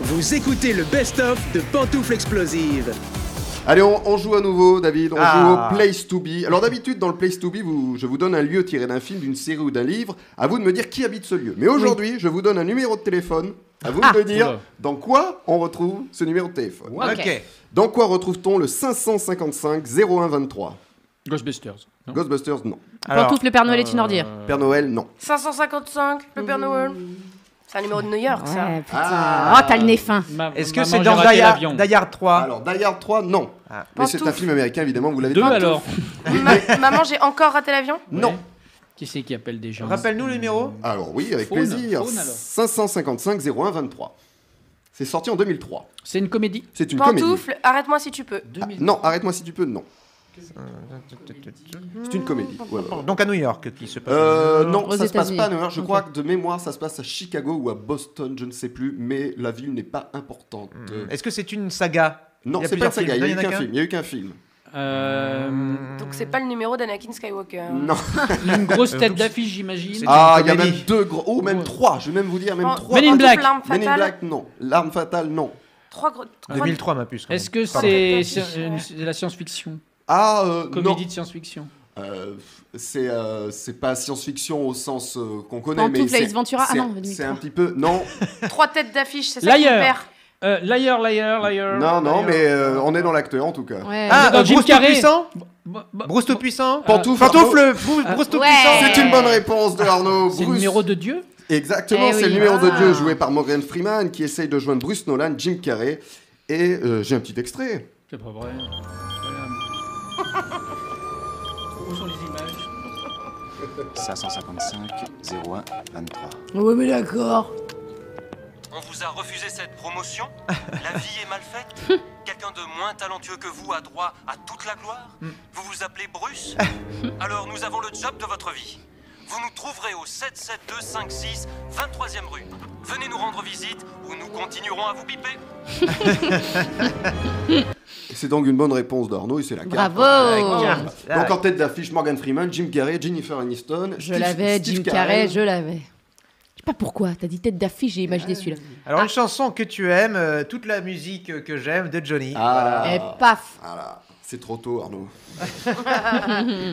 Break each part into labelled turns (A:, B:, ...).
A: Vous écoutez le best-of de Pantoufles Explosives.
B: Allez, on, on joue à nouveau, David. On
C: Ah.
B: joue au Place to Be. Alors, d'habitude, dans le Place to Be, vous- je vous donne un lieu tiré d'un film, d'une série ou d'un livre. À vous de me dire qui habite ce lieu. Mais aujourd'hui, je vous donne un numéro de téléphone. À
D: Ah.
B: vous de me dire
E: Oula.
B: dans quoi on retrouve ce numéro de téléphone.
C: Ok.
F: Ok.
B: Dans quoi retrouve-t-on le 555 0123
E: Ghostbusters. Non.
B: Ghostbusters, non.
C: Alors,
D: Pantoufle, le Père Noël est une
E: Euh,
D: ordure.
B: Père Noël, non.
G: 555, le Père Noël. Mmh. C'est un numéro de New York, ça.
D: Ouais, putain.
B: Ah.
D: Oh, t'as le nez fin.
E: ma-
C: Est-ce que
E: maman,
C: c'est
E: j'ai
C: dans
E: raté
C: Die Hard,
E: l'avion.
C: Die Hard 3
B: Alors, Die Hard 3, non.
C: Ah.
B: Mais c'est un
G: Pantoufle.
B: film américain, évidemment, vous l'avez
E: Deux
B: dit.
E: alors
G: Ma- Maman, j'ai encore raté l'avion
B: Non.
E: Ouais. Qui c'est qui appelle des gens Euh,
C: Rappelle-nous le numéro.
B: Alors, oui, avec
E: Faune,
B: plaisir.
E: faune, alors.
B: 555 0123. C'est sorti en 2003.
E: C'est une comédie.
B: C'est une comédie.
G: Pantoufle, arrête-moi si tu peux.
B: Ah, non, arrête-moi si tu peux, non. C'est une comédie. ouais, ouais, ouais.
C: Donc à New York qui se passe.
B: Euh, non,
D: Aux
B: ça se passe
D: États-Unis.
B: pas à New York. Je
D: Ok.
B: crois que de mémoire, ça se passe à Chicago ou à Boston, je ne sais plus, mais la ville n'est pas importante. Euh,
C: Hmm. Est-ce que c'est une saga
B: Non,
C: il y a
B: c'est pas une
C: plusieurs
B: saga, il
C: films,
B: n'y a eu
C: non, il y en a
B: qu'un
C: qu'un Hmm.
B: film. Il y a eu qu'un film.
E: Euh,
G: Donc c'est pas le numéro d'Anakin Skywalker.
B: Non.
E: une grosse
C: Euh,
E: tête d'affiche, j'imagine.
C: c'est-
B: Ah,
C: une
B: il y a même
C: comédie.
B: deux gros. Oh, même
E: Ouais.
B: trois, je vais même vous dire, même
G: Pan-
B: trois.
E: Men in
G: Pantoufle,
E: Black.
G: L'arme
B: Men in
G: fatale.
B: Black, non. L'arme fatale, non.
G: Trois gros.
B: Euh,
G: trois-
C: 2003 ma puce. quand
E: Est-ce
C: même.
E: que
C: Pardon.
E: c'est
G: Pardon.
E: c'est une- c'est de la science-fiction
B: Ah, euh, non.
E: Comédie de science-fiction.
B: Euh, c'est euh, c'est pas science-fiction au sens euh, qu'on connaît, mais
D: Pantoufle,
B: c'est-
D: Ace Ventura. Ah
B: c'est-
D: non,
B: c'est un petit peu. Non,
G: Trois têtes d'affiche, c'est ça qui
E: Liar.
G: perd.
E: Euh, liar, liar, liar.
B: non, non,
E: liar.
B: mais euh, on est dans l'acteur en tout cas.
D: Ouais.
C: Ah,
E: Dans
C: euh,
E: Jim
C: Bruce
E: Carrey.
C: Tout-Puissant
E: Bon, bon,
C: Bruce
E: bon,
C: Tout-Puissant
B: Pantoufle.
C: Pantoufle Bruce
E: Ah.
C: Bruce
D: Ouais.
C: Tout-Puissant
B: C'est une bonne réponse de Arnaud.
E: C'est le
B: Bruce-
E: numéro de Dieu
B: Exactement,
D: Eh
B: c'est
D: oui.
B: le numéro de
D: Ah.
B: Dieu joué par Morgan Freeman qui essaye de joindre Bruce Nolan, Jim Carrey. Et euh, j'ai un petit extrait.
E: C'est pas vrai. Où sont les images
H: 555 01 23.
D: Ouais, mais d'accord.
I: On vous a refusé cette promotion La vie est mal faite Quelqu'un de moins talentueux que vous a droit à toute la gloire
J: Mm.
I: Vous vous appelez Bruce Alors nous avons le job de votre vie. Vous nous trouverez au 77256 23e rue. Venez nous rendre visite ou nous continuerons à vous piper.
B: C'est donc une bonne réponse d'Arnaud et c'est la carte.
D: Bravo.
B: Donc en tête d'affiche Morgan Freeman, Jim Carrey, Jennifer Aniston.
D: Je
B: Steve-
D: l'avais,
B: Steve
D: Jim Carrey, je l'avais. Je sais pas pourquoi, t'as dit tête d'affiche, j'ai imaginé celui-là.
C: Alors une chanson que tu aimes, euh, toute la musique euh, que j'aime de Johnny.
B: Ah,
D: Et Eh, paf
B: Voilà. c'est trop tôt Arnaud.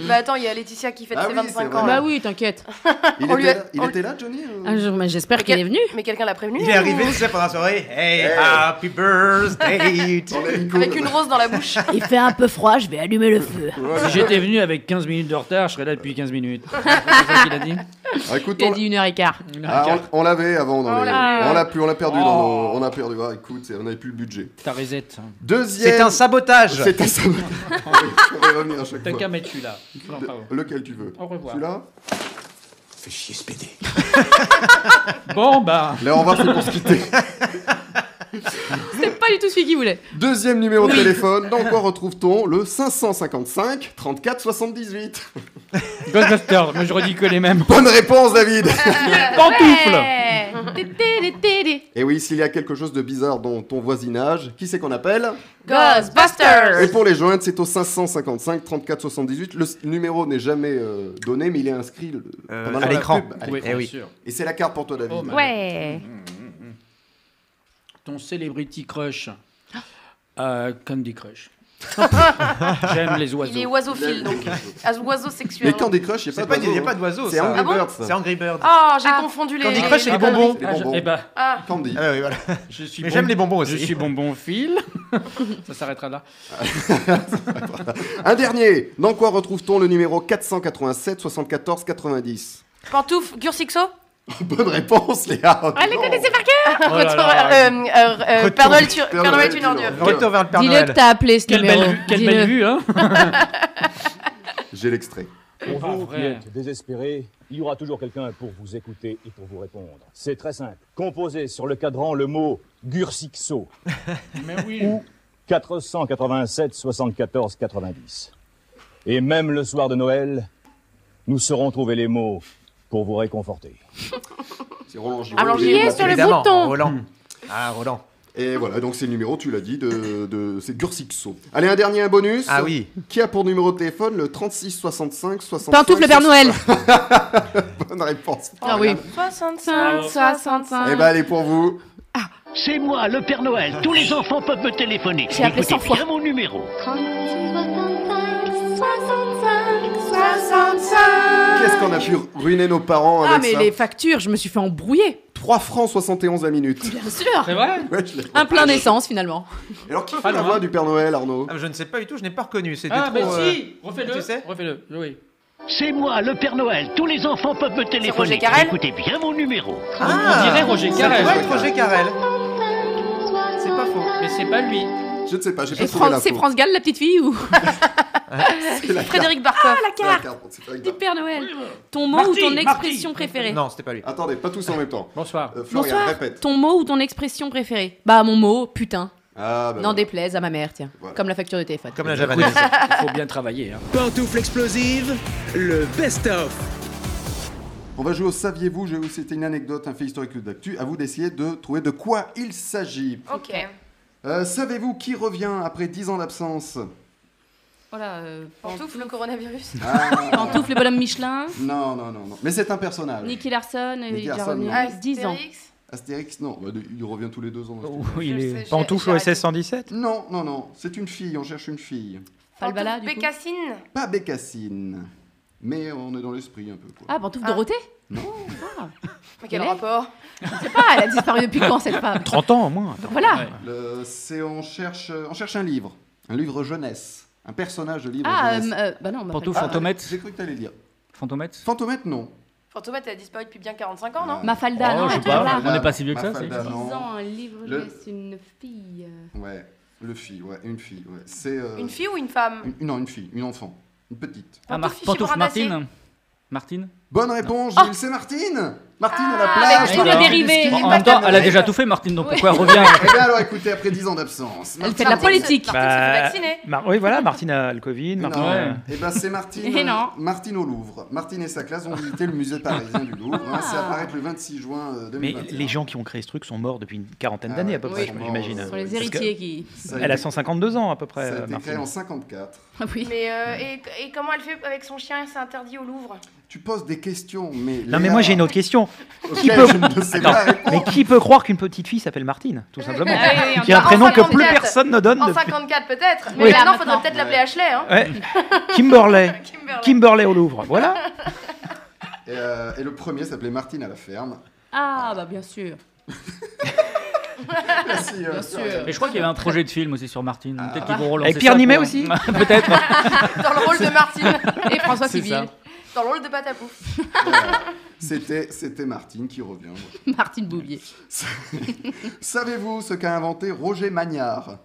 G: Bah attends, il y a Laetitia qui fête
B: Ah
G: ses
B: oui,
G: 25
B: c'est
G: ans.
B: vrai.
G: là.
D: Mmh. Bah oui, t'inquiète.
B: Il,
G: On
B: était,
G: lui a-
B: là, il
G: on-
B: était là, Johnny euh
D: Un jour, mais j'espère qu'il est venu.
G: Mais quelqu'un l'a prévenu
C: Il est
G: ou-
C: arrivé, tu sais, pendant la soirée. Hey,
B: Hey.
C: happy birthday to-
B: On l'a mis cool.
G: Avec une rose dans la bouche.
D: Il fait un peu froid, je vais allumer le feu.
B: Voilà.
E: Si j'étais venu avec 15 minutes de retard, je serais là depuis 15 minutes. C'est ça qu'il a dit
B: Ah, écoute,
D: Il a
B: on-
D: dit une heure et quart.
E: Une
B: Ah,
E: arcade.
B: on, on l'avait avant dans
G: On
B: les-
G: l'a-
B: On l'a plus, on l'a perdu dans
E: Oh.
B: nos- On a perdu. Ah, écoute, c'est- on n'avait plus le budget.
E: Ta reset.
B: Deuxième.
C: C'est un sabotage.
B: C'est un sabotage. on va y revenir à chaque
E: T'as qu'à
B: fois.
E: mettre celui-là. Non,
B: De-
E: pardon.
B: lequel tu veux
E: Au revoir.
B: Celui-là
H: Fais chier ce PD.
E: Bon, bah.
B: Là, on va c'est pour se quitter.
D: C'était pas du tout celui qu'il voulait.
B: Deuxième numéro de téléphone. Dans quoi retrouve-t-on le 555 34 78
E: Ghostbusters, moi je redis que les mêmes.
B: Bonne réponse, David
E: Pantoufle
B: Et oui, s'il y a quelque chose de bizarre dans ton voisinage, qui c'est qu'on appelle Et
K: Euh.
G: Ghostbusters
B: pour les joindre, c'est au 555 34 78. Le s- numéro n'est jamais euh, donné, mais il est inscrit euh,
C: Euh,
B: pendant
C: à
B: la
C: l'écran.
B: pub.
E: Oui,
C: Eh
E: bien
C: oui.
E: sûr.
B: Et c'est la carte pour toi, David.
E: Oh, ma-
D: Ouais.
E: mmh, Ton celebrity crush. Euh, Candy Crush. J'aime les
G: Il est
E: oiseaux.
G: oiseophile donc. As- Oiseau sexuel.
B: Mais quand des crushs, il n'y
C: C'est
B: a
C: pas,
B: pas
C: il n'y a
B: d'oiseaux,
C: pas
B: hein. C'est Angry
C: d'oiseau. ça.
G: Ah bon
B: Birds.
C: C'est Angry Bird.
G: Ah, j'ai confondu les.
C: Candy Crush, c'est les
G: conneries.
C: bonbons.
B: Les
E: Ah, je-
B: bonbons.
E: eh ben,
G: Ah,
B: Candy.
C: Ah oui, voilà.
E: je suis
C: Mais
E: bon-
C: j'aime les bonbons aussi.
E: Je suis bonbon fil. Ça s'arrêtera là.
B: Un dernier. Dans quoi retrouve-t-on le numéro 487 74 90
G: pantoufle, Gursixo
B: Bonne réponse, Léa.
D: Ah, les connaissez par cœur
E: Oh là
G: Retour,
E: là.
G: euh, euh, euh,
C: Retour.
G: Père Noël, tu- Père
B: Noël,
G: Noël est une
B: dis-le.
G: ordure.
C: Retour vers le Père
D: Dis-le que
C: Noël.
D: t'as appelé ce
E: Quelle
D: numéro.
E: belle vue, quelle
D: Dis-le.
E: belle vue, hein
B: J'ai l'extrait.
E: Bonjour,
H: Vous êtes désespéré, il y aura toujours quelqu'un pour vous écouter et pour vous répondre. C'est très simple. Composez sur le cadran le mot Gursixo
E: Mais oui.
H: 487 74 90. Et même le soir de Noël, nous saurons trouver les mots pour vous réconforter.
B: C'est Roland Giraud.
G: Alors, j'y
B: Et-
G: ai sur le
C: Évidemment,
D: bouton.
C: Roland. Ah, Roland.
B: Et voilà, donc c'est le numéro, tu l'as dit, de, de c'est Gursixo. Allez, un dernier, un bonus.
C: Ah oui.
B: Qui a pour numéro de téléphone le 36 65 65
D: Pantoufle, le Père Noël.
B: Bonne réponse.
D: Ah oui.
G: 65,
D: 65.
K: Eh ben,
E: Ah.
B: Eh ben, elle est pour vous.
K: C'est moi, le Père Noël. Tous les enfants peuvent me téléphoner.
D: J'ai appelé
K: Écoutez
D: 100 fois.
K: bien mon numéro.
G: 65
B: Qu'est-ce qu'on a pu ruiner nos parents
D: Ah,
B: avec
D: mais
B: ça
D: les factures, je me suis fait embrouiller.
B: 3 francs 71 la minute.
D: Bien sûr.
L: C'est vrai
B: Ouais, je l'ai-
D: Un plein d'essence, finalement.
B: Alors qui fait
L: Pas
B: la
L: loin.
B: voix du Père Noël, Arnaud
C: Ah, je ne sais pas du tout, je n'ai pas reconnu. C'était
L: Ah,
C: trop.
L: mais
C: euh,
L: si Refais-le
C: tu sais
L: Refais-le, oui.
K: C'est moi, le Père Noël. Tous les enfants peuvent me
G: Roger
K: téléphoner.
G: Carrel
K: Écoutez bien mon numéro.
C: Ah
L: On dirait Roger
C: Ça
L: Carrel.
C: pourrait être Roger Carrel. C'est pas faux.
L: Mais c'est pas lui.
B: Je ne sais pas, j'ai pas
D: Et
B: trouvé
D: Fran-
B: la
D: c'est
B: peau.
D: France Gall, la petite fille, ou
G: Frédéric Barcoff.
D: Ah,
B: Ah,
D: la
B: La
D: carte
B: carte, c'est pas une
D: du
B: carte.
D: Père Noël Ton mot ou
L: Marty,
D: ton
L: Marty.
D: expression préférée
C: Non, c'était pas lui.
B: Attendez, pas tous en même temps.
L: Bonsoir.
B: Euh, Florian,
D: Bonsoir.
B: répète.
D: Ton mot ou ton expression préférée Bah, mon mot, putain.
B: Ah, bah,
D: N'en
B: voilà.
D: déplaise à ma mère, tiens.
B: Voilà.
D: Comme la facture de téléphone.
C: Comme la
L: Oui,
C: javanaise.
L: Il faut bien travailler. Hein.
M: Pantoufle explosive, le best-of.
B: On va jouer au Saviez-vous J'ai- C'était une anecdote, un fait historique ou d'actu. À vous d'essayer de trouver de quoi il s'agit.
G: Ok.
B: Euh, Savez-vous qui revient après 10 ans d'absence
D: Voilà, euh,
G: Pantoufle, le coronavirus.
B: ah,
D: Pantoufle, le bonhomme Michelin,
B: Non, non, non, non. Mais c'est un personnage.
D: Nicky Larson, euh, il est déjà
B: Ah, Larson,
D: revenu
B: non.
D: il y a 10 ans.
G: Astérix
B: Astérix, non. Bah, il revient tous les deux ans. Astérix.
G: Je
L: Oui,
G: sais, j'ai-
C: Oh, Pantoufle
G: j'ai arrêté.
C: OSS 117
B: Non, non, non. C'est une fille, on cherche une fille.
D: Falbala,
G: Pantoufle
D: du coup.
G: Bécassine.
B: Pas Bécassine. Mais on est dans l'esprit un peu. Quoi.
D: Ah, Pantoufle
G: Ah.
D: Dorothée
G: Mais quel
D: Elle est-
G: rapport
D: C'est pas, elle a disparu depuis quand cette femme
C: 30 ans au moins.
D: Voilà
B: Le- C'est on cherche, on cherche un livre. Un livre jeunesse. Un personnage de livre
D: Ah,
B: jeunesse. Ah,
D: euh, euh, bah non, on m'appelle
L: Pantoufle
D: pas.
L: Fantomette.
B: J'ai cru que t'allais le dire.
L: Fantomette
B: Fantomette, non.
G: Fantomette, elle a disparu depuis bien 45 ans, non
D: Mafalda, non,
L: Oh, je sais
D: attends,
L: pas,
D: là.
L: on n'est pas si vieux que ça.
B: Mafalda,
L: c'est-
B: non.
D: 10 ans, un livre,
B: Le-
D: jeunesse, une fille. euh.
B: Ouais, le fille, ouais, une fille, ouais. C'est euh,
G: Une fille ou une femme
B: une- non, une fille, une enfant, une petite.
L: Ah,
G: Pantoufle
L: Pantoufle
G: Fibranacier.
L: Martine Martine
B: Bonne réponse, Gilles, c'est Martine. Martine à la
G: Ah,
B: plage.
D: avec
L: tous les
B: Martine
D: dérivés.
B: qui
D: Bon,
B: lit
L: En
B: pas
L: même temps,
B: de
L: elle a
B: Noël.
L: déjà tout fait, Martine, donc pourquoi elle revient
B: Eh bien alors écoutez, après 10 ans d'absence.
D: Elle fait de la
G: Martine se-
D: politique.
G: Martine se fait vacciner.
J: Bah, Mar- oui, voilà, Martine a le Covid.
B: Non,
J: Martine,
L: ouais.
J: euh,
B: eh ben c'est Martine, euh,
D: Eh non.
B: Martine au Louvre. Martine et sa classe ont visité le musée parisien du Louvre. hein, c'est
D: Ah.
B: apparaître le 26 juin euh,
J: Mais
B: 2021.
J: les gens qui ont créé ce truc sont morts depuis une quarantaine
B: Ah
J: d'années à
B: ouais.
J: peu
B: Oui.
J: près, j'imagine.
D: Ce
B: euh,
D: sont les
J: Parce que
D: héritiers qui.
B: Ça a
J: Elle a
B: été-
J: 152 ans à peu près,
B: Ça a
J: euh,
B: été créé
J: Martine.
B: en 54.
D: Ah oui.
G: Mais euh, et, et comment elle fait avec son chien C'est interdit au Louvre.
B: Tu poses des questions, mais
J: Non mais moi j'ai une autre question.
B: Qui
J: peut-
B: Je ne sais pas répondre.
J: Mais qui peut croire qu'une petite fille s'appelle Martine, tout simplement
G: Ah oui, oui, en-
J: Qui a un
G: en
J: prénom que
G: 54.
J: plus personne ne donne
G: En
J: depuis...
G: 54 peut-être, mais
J: Oui.
G: maintenant
D: Là,
G: faudrait peut-être l'appeler Ashley. Hein.
J: Ouais. Kimberley.
G: Kimberly.
J: Kimberley au Louvre, voilà.
B: Et, euh, et le premier s'appelait Martine à la ferme.
D: Ah, bah bien sûr.
B: Merci, euh,
D: Bien sûr.
L: Mais je crois qu'il y avait un projet de film aussi sur Martine. Peut-être qu'ils vont relancer
J: Avec Pierre
L: ça
J: Nimet
L: pour-
J: aussi
L: Peut-être.
G: Dans le rôle de Martine,
D: Et François
L: C'est
D: Civil,
G: dans le rôle de Patapouf.
B: C'était, c'était Martine qui revient.
D: Martine Bouvier.
B: Savez-vous ce qu'a inventé Roger Magnard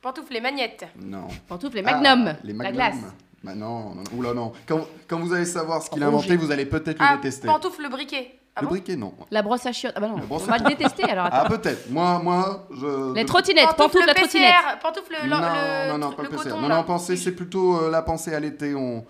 G: Pantoufles, les magnettes.
B: Non.
D: Pantoufle, les magnums.
B: Ah, les
D: La
B: Magnum.
D: glace.
B: Bah non, non, non. Oula, non. Quand, quand vous allez savoir ce qu'il a
D: Roger.
B: inventé, vous allez peut-être
G: Ah,
B: le détester.
G: pantoufle, le briquet. Ah
B: le
G: bon
B: briquet, non.
D: La brosse à chiottes. Ah bah non,
B: La
D: on
B: brosse à
D: va le détester alors
B: Ah,
D: attends.
B: peut-être. Moi, moi, je.
D: Les
B: de-
D: trottinettes, pantoufle la trottinette.
G: PCR, Pantoufle, le,
B: Non,
G: le-
B: non, non,
G: le
B: pas le PCR.
G: coton.
B: Non,
G: là.
B: non, pensez, c'est plutôt euh, la pensée à l'été. On,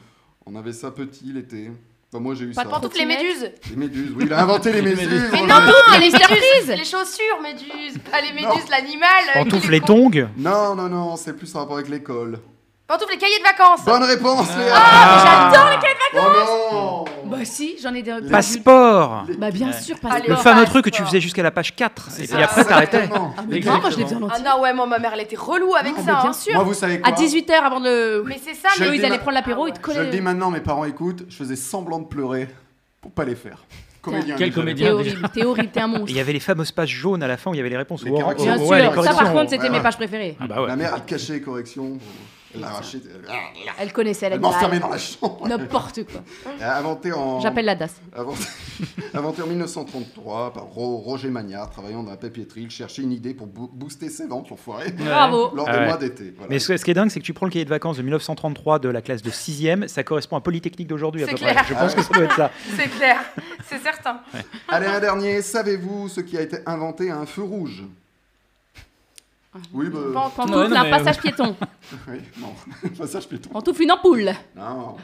B: on avait ça petit l'été. Enfin, moi, j'ai eu
G: Pas
B: ça.
G: pantoufle, les méduses.
B: Les méduses. Oui, il a inventé les méduses.
G: Mais
B: oh
G: non,
B: là là.
D: les
G: Les
D: surprises
G: chaussures, méduses. Pas les méduses, l'animal. euh,
J: Pantoufles
G: les
J: les
G: con-
J: tongs.
B: Non, non, non, c'est plus en rapport avec l'école.
G: Pantoufles, les cahiers de vacances. Ah,
B: Bonne réponse, Léa
J: Ah.
G: J'adore les
B: Oh non
D: Bah si, j'en ai des...
J: Passeport.
D: Bah bien sûr, pas
G: Allez,
J: Le
G: Oh,
J: fameux truc que tu
G: passeport.
J: faisais jusqu'à la page 4. Et
L: ça.
J: puis après t'arrêtais.
B: Exactement.
D: Ah mais non, moi je l'ai bien
G: Ah
D: lenti.
G: non, ouais, moi, ma mère, elle était relou avec ça. hein.
D: Ah, bien
B: Moi,
D: sûr.
B: vous savez quoi
D: À 18h avant le...
G: Mais c'est ça,
B: Je
G: mais
B: le
D: Eux,
B: dis
D: ils allaient
B: ma-
D: prendre l'apéro, ils te
B: Je le dis
D: collaient...
B: maintenant, mes parents écoutent, je faisais semblant de pleurer pour pas les faire. Comédien.
L: Quel
B: déjà.
L: comédien
D: T'es horrible, t'es horrible, t'es un
J: Et
D: monstre.
J: il y avait les fameuses pages jaunes à la fin où il y avait les réponses.
B: Les
J: Oh,
B: corrections.
D: Bien
J: ouais, les
D: sûr, ça
J: corrections.
D: par contre c'était
B: ouais.
D: mes pages préférées.
J: Ah bah ouais.
B: Ma mère, elle cachait les corrections. Elle l'arrachait. elle- ah,
D: Elle connaissait la
B: Elle m'enfermait dans la chambre.
D: N'importe quoi.
B: Elle a Inventé en,
D: J'appelle la DAS.
B: inventé, inventé en 1933 par Ro- Roger Magnard, travaillant dans la papeterie, il cherchait une idée pour boo- booster ses ventes, l'enfoiré,
D: Bravo.
B: lors des
J: Ah ouais.
B: mois d'été. Voilà.
J: Mais ce, ce qui est dingue, c'est que tu prends le cahier de vacances de 1933 de la classe de 6e, ça correspond à Polytechnique d'aujourd'hui à
G: C'est
J: peu
G: clair.
J: près. Je
B: Ah
J: pense que ça doit être ça.
G: c'est clair, c'est certain.
B: Allez, un dernier. Savez-vous ce qui a été inventé à un feu rouge Oui, bah.
G: Pantoufle,
L: Ouais,
D: Pantoufle,
L: non,
D: un
L: mais-
J: euh,
D: passage piéton.
B: Oui, non. Passage piéton.
D: Pantoufle, une ampoule.
B: Non.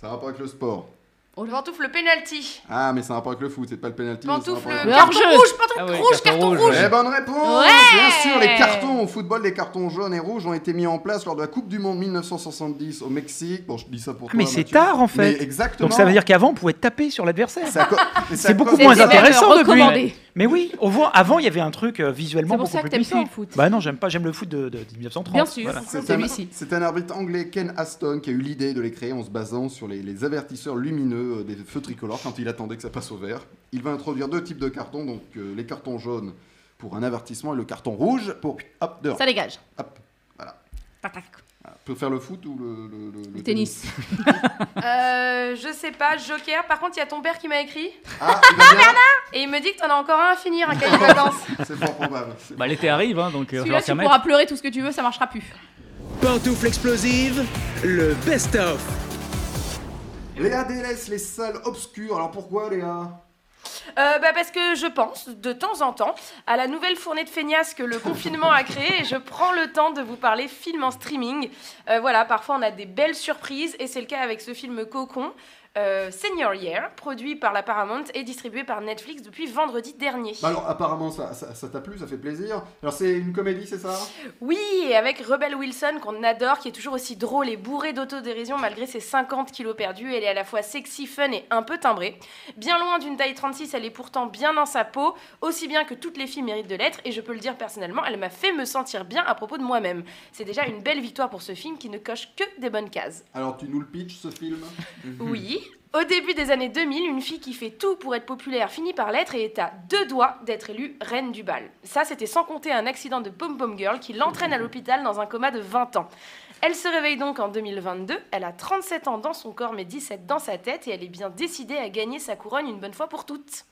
B: Ça n'a pas avec le sport.
G: pantoufle, penalty.
B: Ah, mais ça n'a pas avec le foot, c'est pas le penalty. mais ça a un
G: Pantoufle,
B: rapport avec
G: carton
B: le-
D: Le hors-jeu.
G: rouge, pantoufle
L: Ah ouais,
G: rouge,
L: carton
G: carton
L: rouge,
G: rouge.
B: Eh, bonne réponse Bien sûr, les cartons au football, les cartons jaunes et rouges ont été mis en place lors de la Coupe du Monde 1970 au Mexique. Bon, je dis ça pour
J: Ah,
B: toi,
J: mais c'est
B: Mathieu.
J: tard en fait.
B: Mais exactement.
J: Donc ça veut dire qu'avant on pouvait taper sur l'adversaire.
B: Ça co- mais ça
J: C'est beaucoup
B: co-
J: moins
D: C'était même
J: intéressant depuis.
D: recommandé.
N: Mais oui, on voit, avant, il y avait un truc euh, visuellement
O: C'est pour
N: beaucoup
O: ça que
N: plus
O: t'aimes pas
N: puissant.
O: le foot.
N: Bah non, j'aime pas, j'aime le foot de, de, de 1930.
O: Bien sûr,
N: voilà.
O: c'est
B: un,
O: celui-ci.
B: c'est un arbitre anglais, Ken Aston, qui a eu l'idée de les créer en se basant sur les, les avertisseurs lumineux euh, des feux tricolores quand il attendait que ça passe au vert. Il va introduire deux types de cartons, donc euh, les cartons jaunes pour un avertissement et le carton rouge pour hop dehors.
O: Ça dégage.
B: Hop, voilà.
O: Tac, tac.
B: Peut faire le foot ou le, le- le-
O: Le tennis.
G: Euh, je sais pas, Joker. Par contre, il y a ton père qui m'a écrit
B: Ah, il va bien.
G: et il me dit que t'en as encore un à finir, un cahier de vacances.
B: C'est fort probable. C'est-
P: Bah l'été arrive, hein, donc euh, il
O: Celui-là,
P: va falloir
O: tu
P: s'y remettre.
O: pourras pleurer tout ce que tu veux, ça marchera plus.
A: Pantoufle explosive, le best-of.
B: Léa délaisse les salles obscures. Alors pourquoi, Léa
G: Euh, bah, parce que je pense, de temps en temps, à la nouvelle fournée de feignasses que le confinement a créée et je prends le temps de vous parler film en streaming. Euh, voilà, parfois on a des belles surprises et c'est le cas avec ce film Cocon. euh, Senior Year, produit par la Paramount et distribué par Netflix depuis vendredi dernier.
B: Bah Alors apparemment ça ça- ça t'a plu, ça fait plaisir. Alors c'est une comédie, c'est ça
G: Oui, et avec Rebel Wilson qu'on adore, qui est toujours aussi drôle et bourré d'autodérision malgré ses 50 kilos perdus. Elle est à la fois sexy, fun et un peu timbrée. Bien loin d'une taille 36, elle est pourtant bien dans sa peau, aussi bien que toutes les filles méritent de l'être. Et je peux le dire personnellement, elle m'a fait me sentir bien à propos de moi-même. C'est déjà une belle victoire pour ce film qui ne coche que des bonnes cases.
B: Alors tu nous le pitches ce film Mhm.
G: Oui. Au début des années 2000, une fille qui fait tout pour être populaire finit par l'être et est à deux doigts d'être élue reine du bal. Ça, c'était sans compter un accident de Pom Pom Girl qui l'entraîne à l'hôpital dans un coma de 20 ans. Elle se réveille donc en 2022, elle a 37 ans dans son corps mais 17 dans sa tête et elle est bien décidée à gagner sa couronne une bonne fois pour toutes.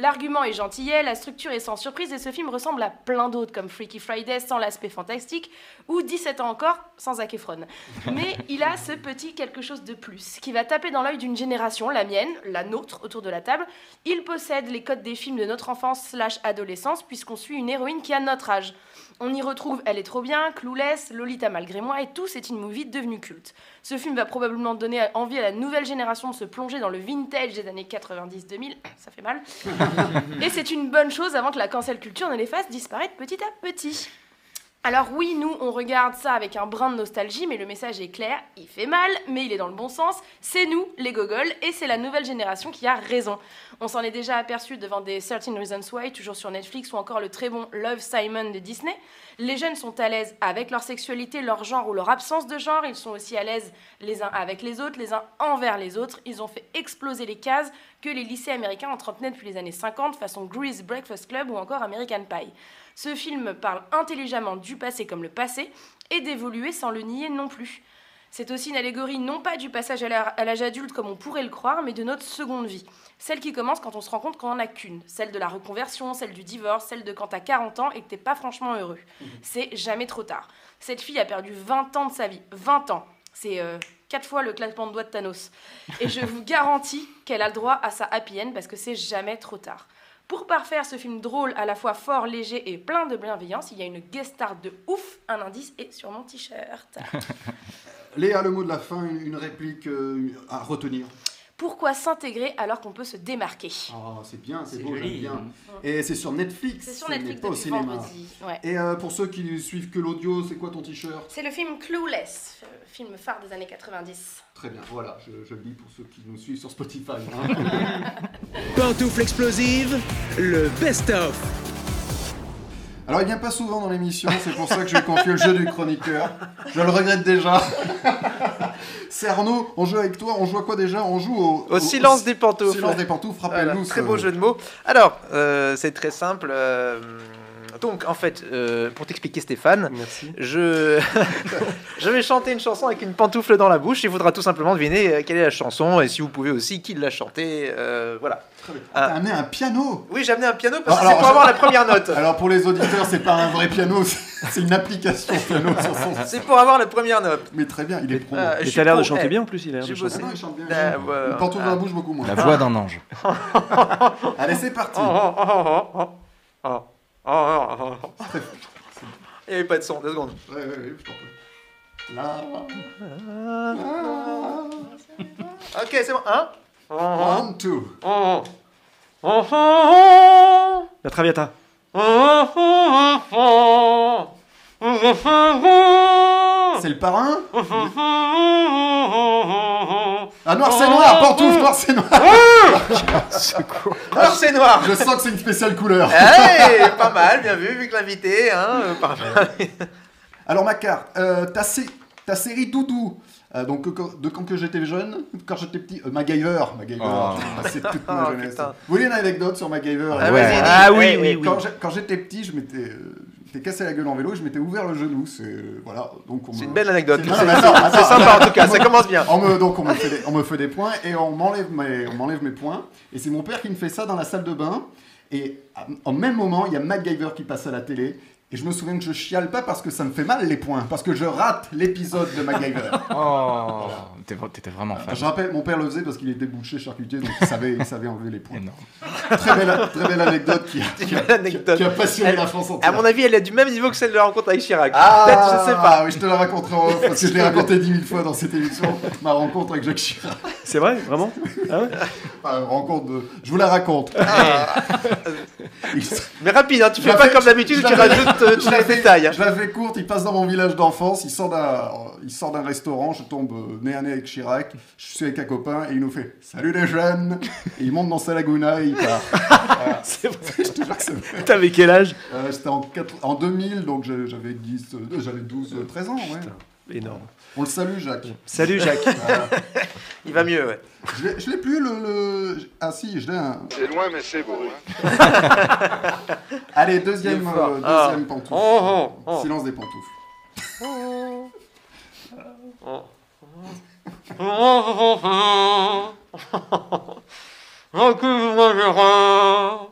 G: L'argument est gentillet, la structure est sans surprise et ce film ressemble à plein d'autres comme Freaky Friday sans l'aspect fantastique ou 17 ans encore sans Zac Efron. Mais il a ce petit quelque chose de plus qui va taper dans l'œil d'une génération, la mienne, la nôtre, autour de la table. Il possède les codes des films de notre enfance slash adolescence puisqu'on suit une héroïne qui a notre âge. On y retrouve Elle est trop bien, Clouless, Lolita malgré moi et tout, c'est une movie devenue culte. Ce film va probablement donner envie à la nouvelle génération de se plonger dans le vintage des années 90-2000, ça fait mal. Et c'est une bonne chose avant que la cancel culture ne les fasse disparaître petit à petit. Alors oui, nous, on regarde ça avec un brin de nostalgie, mais le message est clair, il fait mal, mais il est dans le bon sens. C'est nous, les gogoles, et c'est la nouvelle génération qui a raison. On s'en est déjà aperçu devant des 13 Reasons Why, toujours sur Netflix, ou encore le très bon Love Simon de Disney. Les jeunes sont à l'aise avec leur sexualité, leur genre ou leur absence de genre. Ils sont aussi à l'aise les uns avec les autres, les uns envers les autres. Ils ont fait exploser les cases que les lycées américains entretenaient depuis les années 50, façon Grease Breakfast Club ou encore American Pie. Ce film parle intelligemment du passé comme le passé et d'évoluer sans le nier non plus. C'est aussi une allégorie non pas du passage à l'âge à l'âge adulte comme on pourrait le croire, mais de notre seconde vie. Celle qui commence quand on se rend compte qu'on n'en a qu'une. Celle de la reconversion, celle du divorce, celle de quand t'as 40 ans et que t'es pas franchement heureux. C'est jamais trop tard. Cette fille a perdu 20 ans de sa vie. 20 ans. C'est euh, quatre fois le claquement de doigts de Thanos. Et je vous garantis qu'elle a le droit à sa happy end parce que c'est jamais trop tard. Pour parfaire ce film drôle, à la fois fort, léger et plein de bienveillance, il y a une guest star de ouf, un indice est sur mon t-shirt.
B: Léa, le mot de la fin, une, une réplique euh, à retenir.
G: Pourquoi s'intégrer alors qu'on peut se démarquer
B: Ah, c'est bien, c'est
N: C'est
B: beau,
N: joli.
B: j'aime bien. Et c'est sur Netflix.
G: C'est sur
B: ce n'est
G: Netflix
B: pas au
G: depuis
B: cinéma.
G: vendredi. ouais.
B: Et euh, pour ceux qui suivent que l'audio, c'est quoi ton t-shirt
G: C'est le film Clueless, euh, film phare des années 90.
B: Très bien, voilà, je, je le dis pour ceux qui nous suivent sur Spotify. hein.
A: Pantoufle explosive, le best-of.
B: Alors il vient pas souvent dans l'émission, c'est pour ça que je lui confie le jeu du chroniqueur. Je le regrette déjà. c'est Arnaud, on joue avec toi, on joue à quoi déjà On joue au,
C: Au silence des pantoufles.
B: silence des pantoufles,
C: Voilà,
B: rappelle-nous.
C: très
B: ce-
C: beau jeu de mots. Alors, euh, c'est très simple. euh, donc, en fait, euh, pour t'expliquer, Stéphane,
B: Merci.
C: je... je vais chanter une chanson avec une pantoufle dans la bouche. Il faudra tout simplement deviner euh, quelle est la chanson et si vous pouvez aussi qui l'a chantée. euh, voilà.
B: Très bien.
C: Ah.
B: T'as amené un piano
C: Oui, j'ai amené un piano parce que
B: Alors,
C: c'est pour
B: je-
C: avoir la première note.
B: Alors pour les auditeurs, c'est pas un vrai piano, c'est c'est une application piano sur son.
C: C'est pour avoir la première note.
B: Mais très bien, il est pro.
C: Euh,
J: Et
C: je
J: t'as l'air de
C: suis pro-
J: chanter
C: eh,
J: bien en plus, il a l'air
C: j'ai
J: de chanter.
B: Ah
C: bossé.
B: non, il chante bien.
C: Euh,
B: il chante.
C: ouais,
B: Une pantoufle dans
C: euh,
B: la bouche beaucoup moins.
I: La voix d'un ange.
B: Allez, c'est parti.
C: Oh, oh, oh, oh, oh, oh, oh, oh, oh, oh. Il n'y avait pas de son, deux secondes.
B: Ouais, ouais, ouais, je t'en prie. Là.
C: Ah. Ok, c'est bon. Hein Oh, oh,
B: One, two.
C: oh, oh, oh, oh.
J: La Traviata.
B: C'est le parrain Ah, noir, c'est
C: Oh,
B: noir Pantoufle, noir, c'est noir
C: Alors c'est noir
B: Je sens que c'est une spéciale couleur.
C: Hey, Ah, Eh, pas mal, bien vu, vu que l'invité, hein, euh, pas mal.
B: Alors, ma carte, euh, ta, sé- ta série Doudou. euh, donc, que- que- de quand que j'étais jeune, quand j'étais petit, euh, MacGyver, MacGyver,
I: Oh.
B: c'est toute ma
C: Oh,
B: jeunesse.
C: putain.
B: Vous voulez une anecdote sur MacGyver
C: Ah, Ouais. vas-y, dis. Ah oui, Eh, oui, eh, oui.
B: Quand j'ai- Quand j'étais petit, je m'étais, euh, je m'étais cassé la gueule en vélo, et je m'étais ouvert le genou. C'est euh, voilà, donc on
C: C'est
B: me-
C: une belle anecdote.
B: Non,
C: C'est-
B: mais
C: c'est-
B: attends, attends.
C: c'est sympa, en tout cas, ça
B: On me-
C: commence bien.
B: On me, donc on me, fait des, on me fait des points et on m'enlève mes, on m'enlève mes points. Et c'est mon père qui me fait ça dans la salle de bain. Et à- en même moment, il y a MacGyver qui passe à la télé. Et je me souviens que je chiale pas parce que ça me fait mal les points, parce que je rate l'épisode de MacGyver.
I: Oh, t'es vra- t'étais vraiment fan.
B: Je rappelle, mon père le faisait parce qu'il était bouché charcutier, donc il savait, il savait enlever les points. Très belle, très belle anecdote qui a, qui a-
C: Belle anecdote.
B: qui a passionné
C: Elle-
B: la France
C: À
B: entière.
C: mon avis, elle est du même niveau que celle de la rencontre avec Chirac.
B: Ah,
C: Peut-être, je sais pas.
B: oui, je te la raconterai en off, parce que je l'ai raconté 10 000 fois dans cette émission, ma rencontre avec Jacques Chirac.
J: C'est vrai, vraiment Ah ouais
B: Enfin, rencontre de... Je vous la raconte. Il se-
C: Ah. Mais rapide, hein, tu
B: Je
C: fais
B: la
C: pas
B: fais-
C: comme d'habitude, tu
B: je la-
C: rajoutes euh,
B: je
C: tu
B: la
C: les
B: fais-
C: détails. hein.
B: Je la fais courte, il passe dans mon village d'enfance, il sort d'un, il sort d'un restaurant, je tombe euh, nez à nez avec Chirac, je suis avec un copain et il nous fait Salut les jeunes Et il monte dans sa laguna et il part. Voilà. je te jure que c'est vrai.
J: T'avais quel âge
B: Euh, C'était en, quatre- en 2000, donc je- j'avais 10, euh, j'avais 12, euh, 13 ans. ouais.
J: Énorme.
B: On le salue, Jacques.
J: Salut Jacques.
B: Voilà.
C: Il va mieux, ouais.
B: Je l'ai- je l'ai plus, le, le- Ah si, je l'ai un.
C: Euh,
Q: C'est loin, mais c'est beau. hein.
B: Allez, deuxième,
C: Il est fort.
B: euh, deuxième
C: Ah.
B: pantoufle.
C: Oh, oh, oh.
B: Silence des pantoufles.
C: Oh. Oh. Recule-moi, Gérard.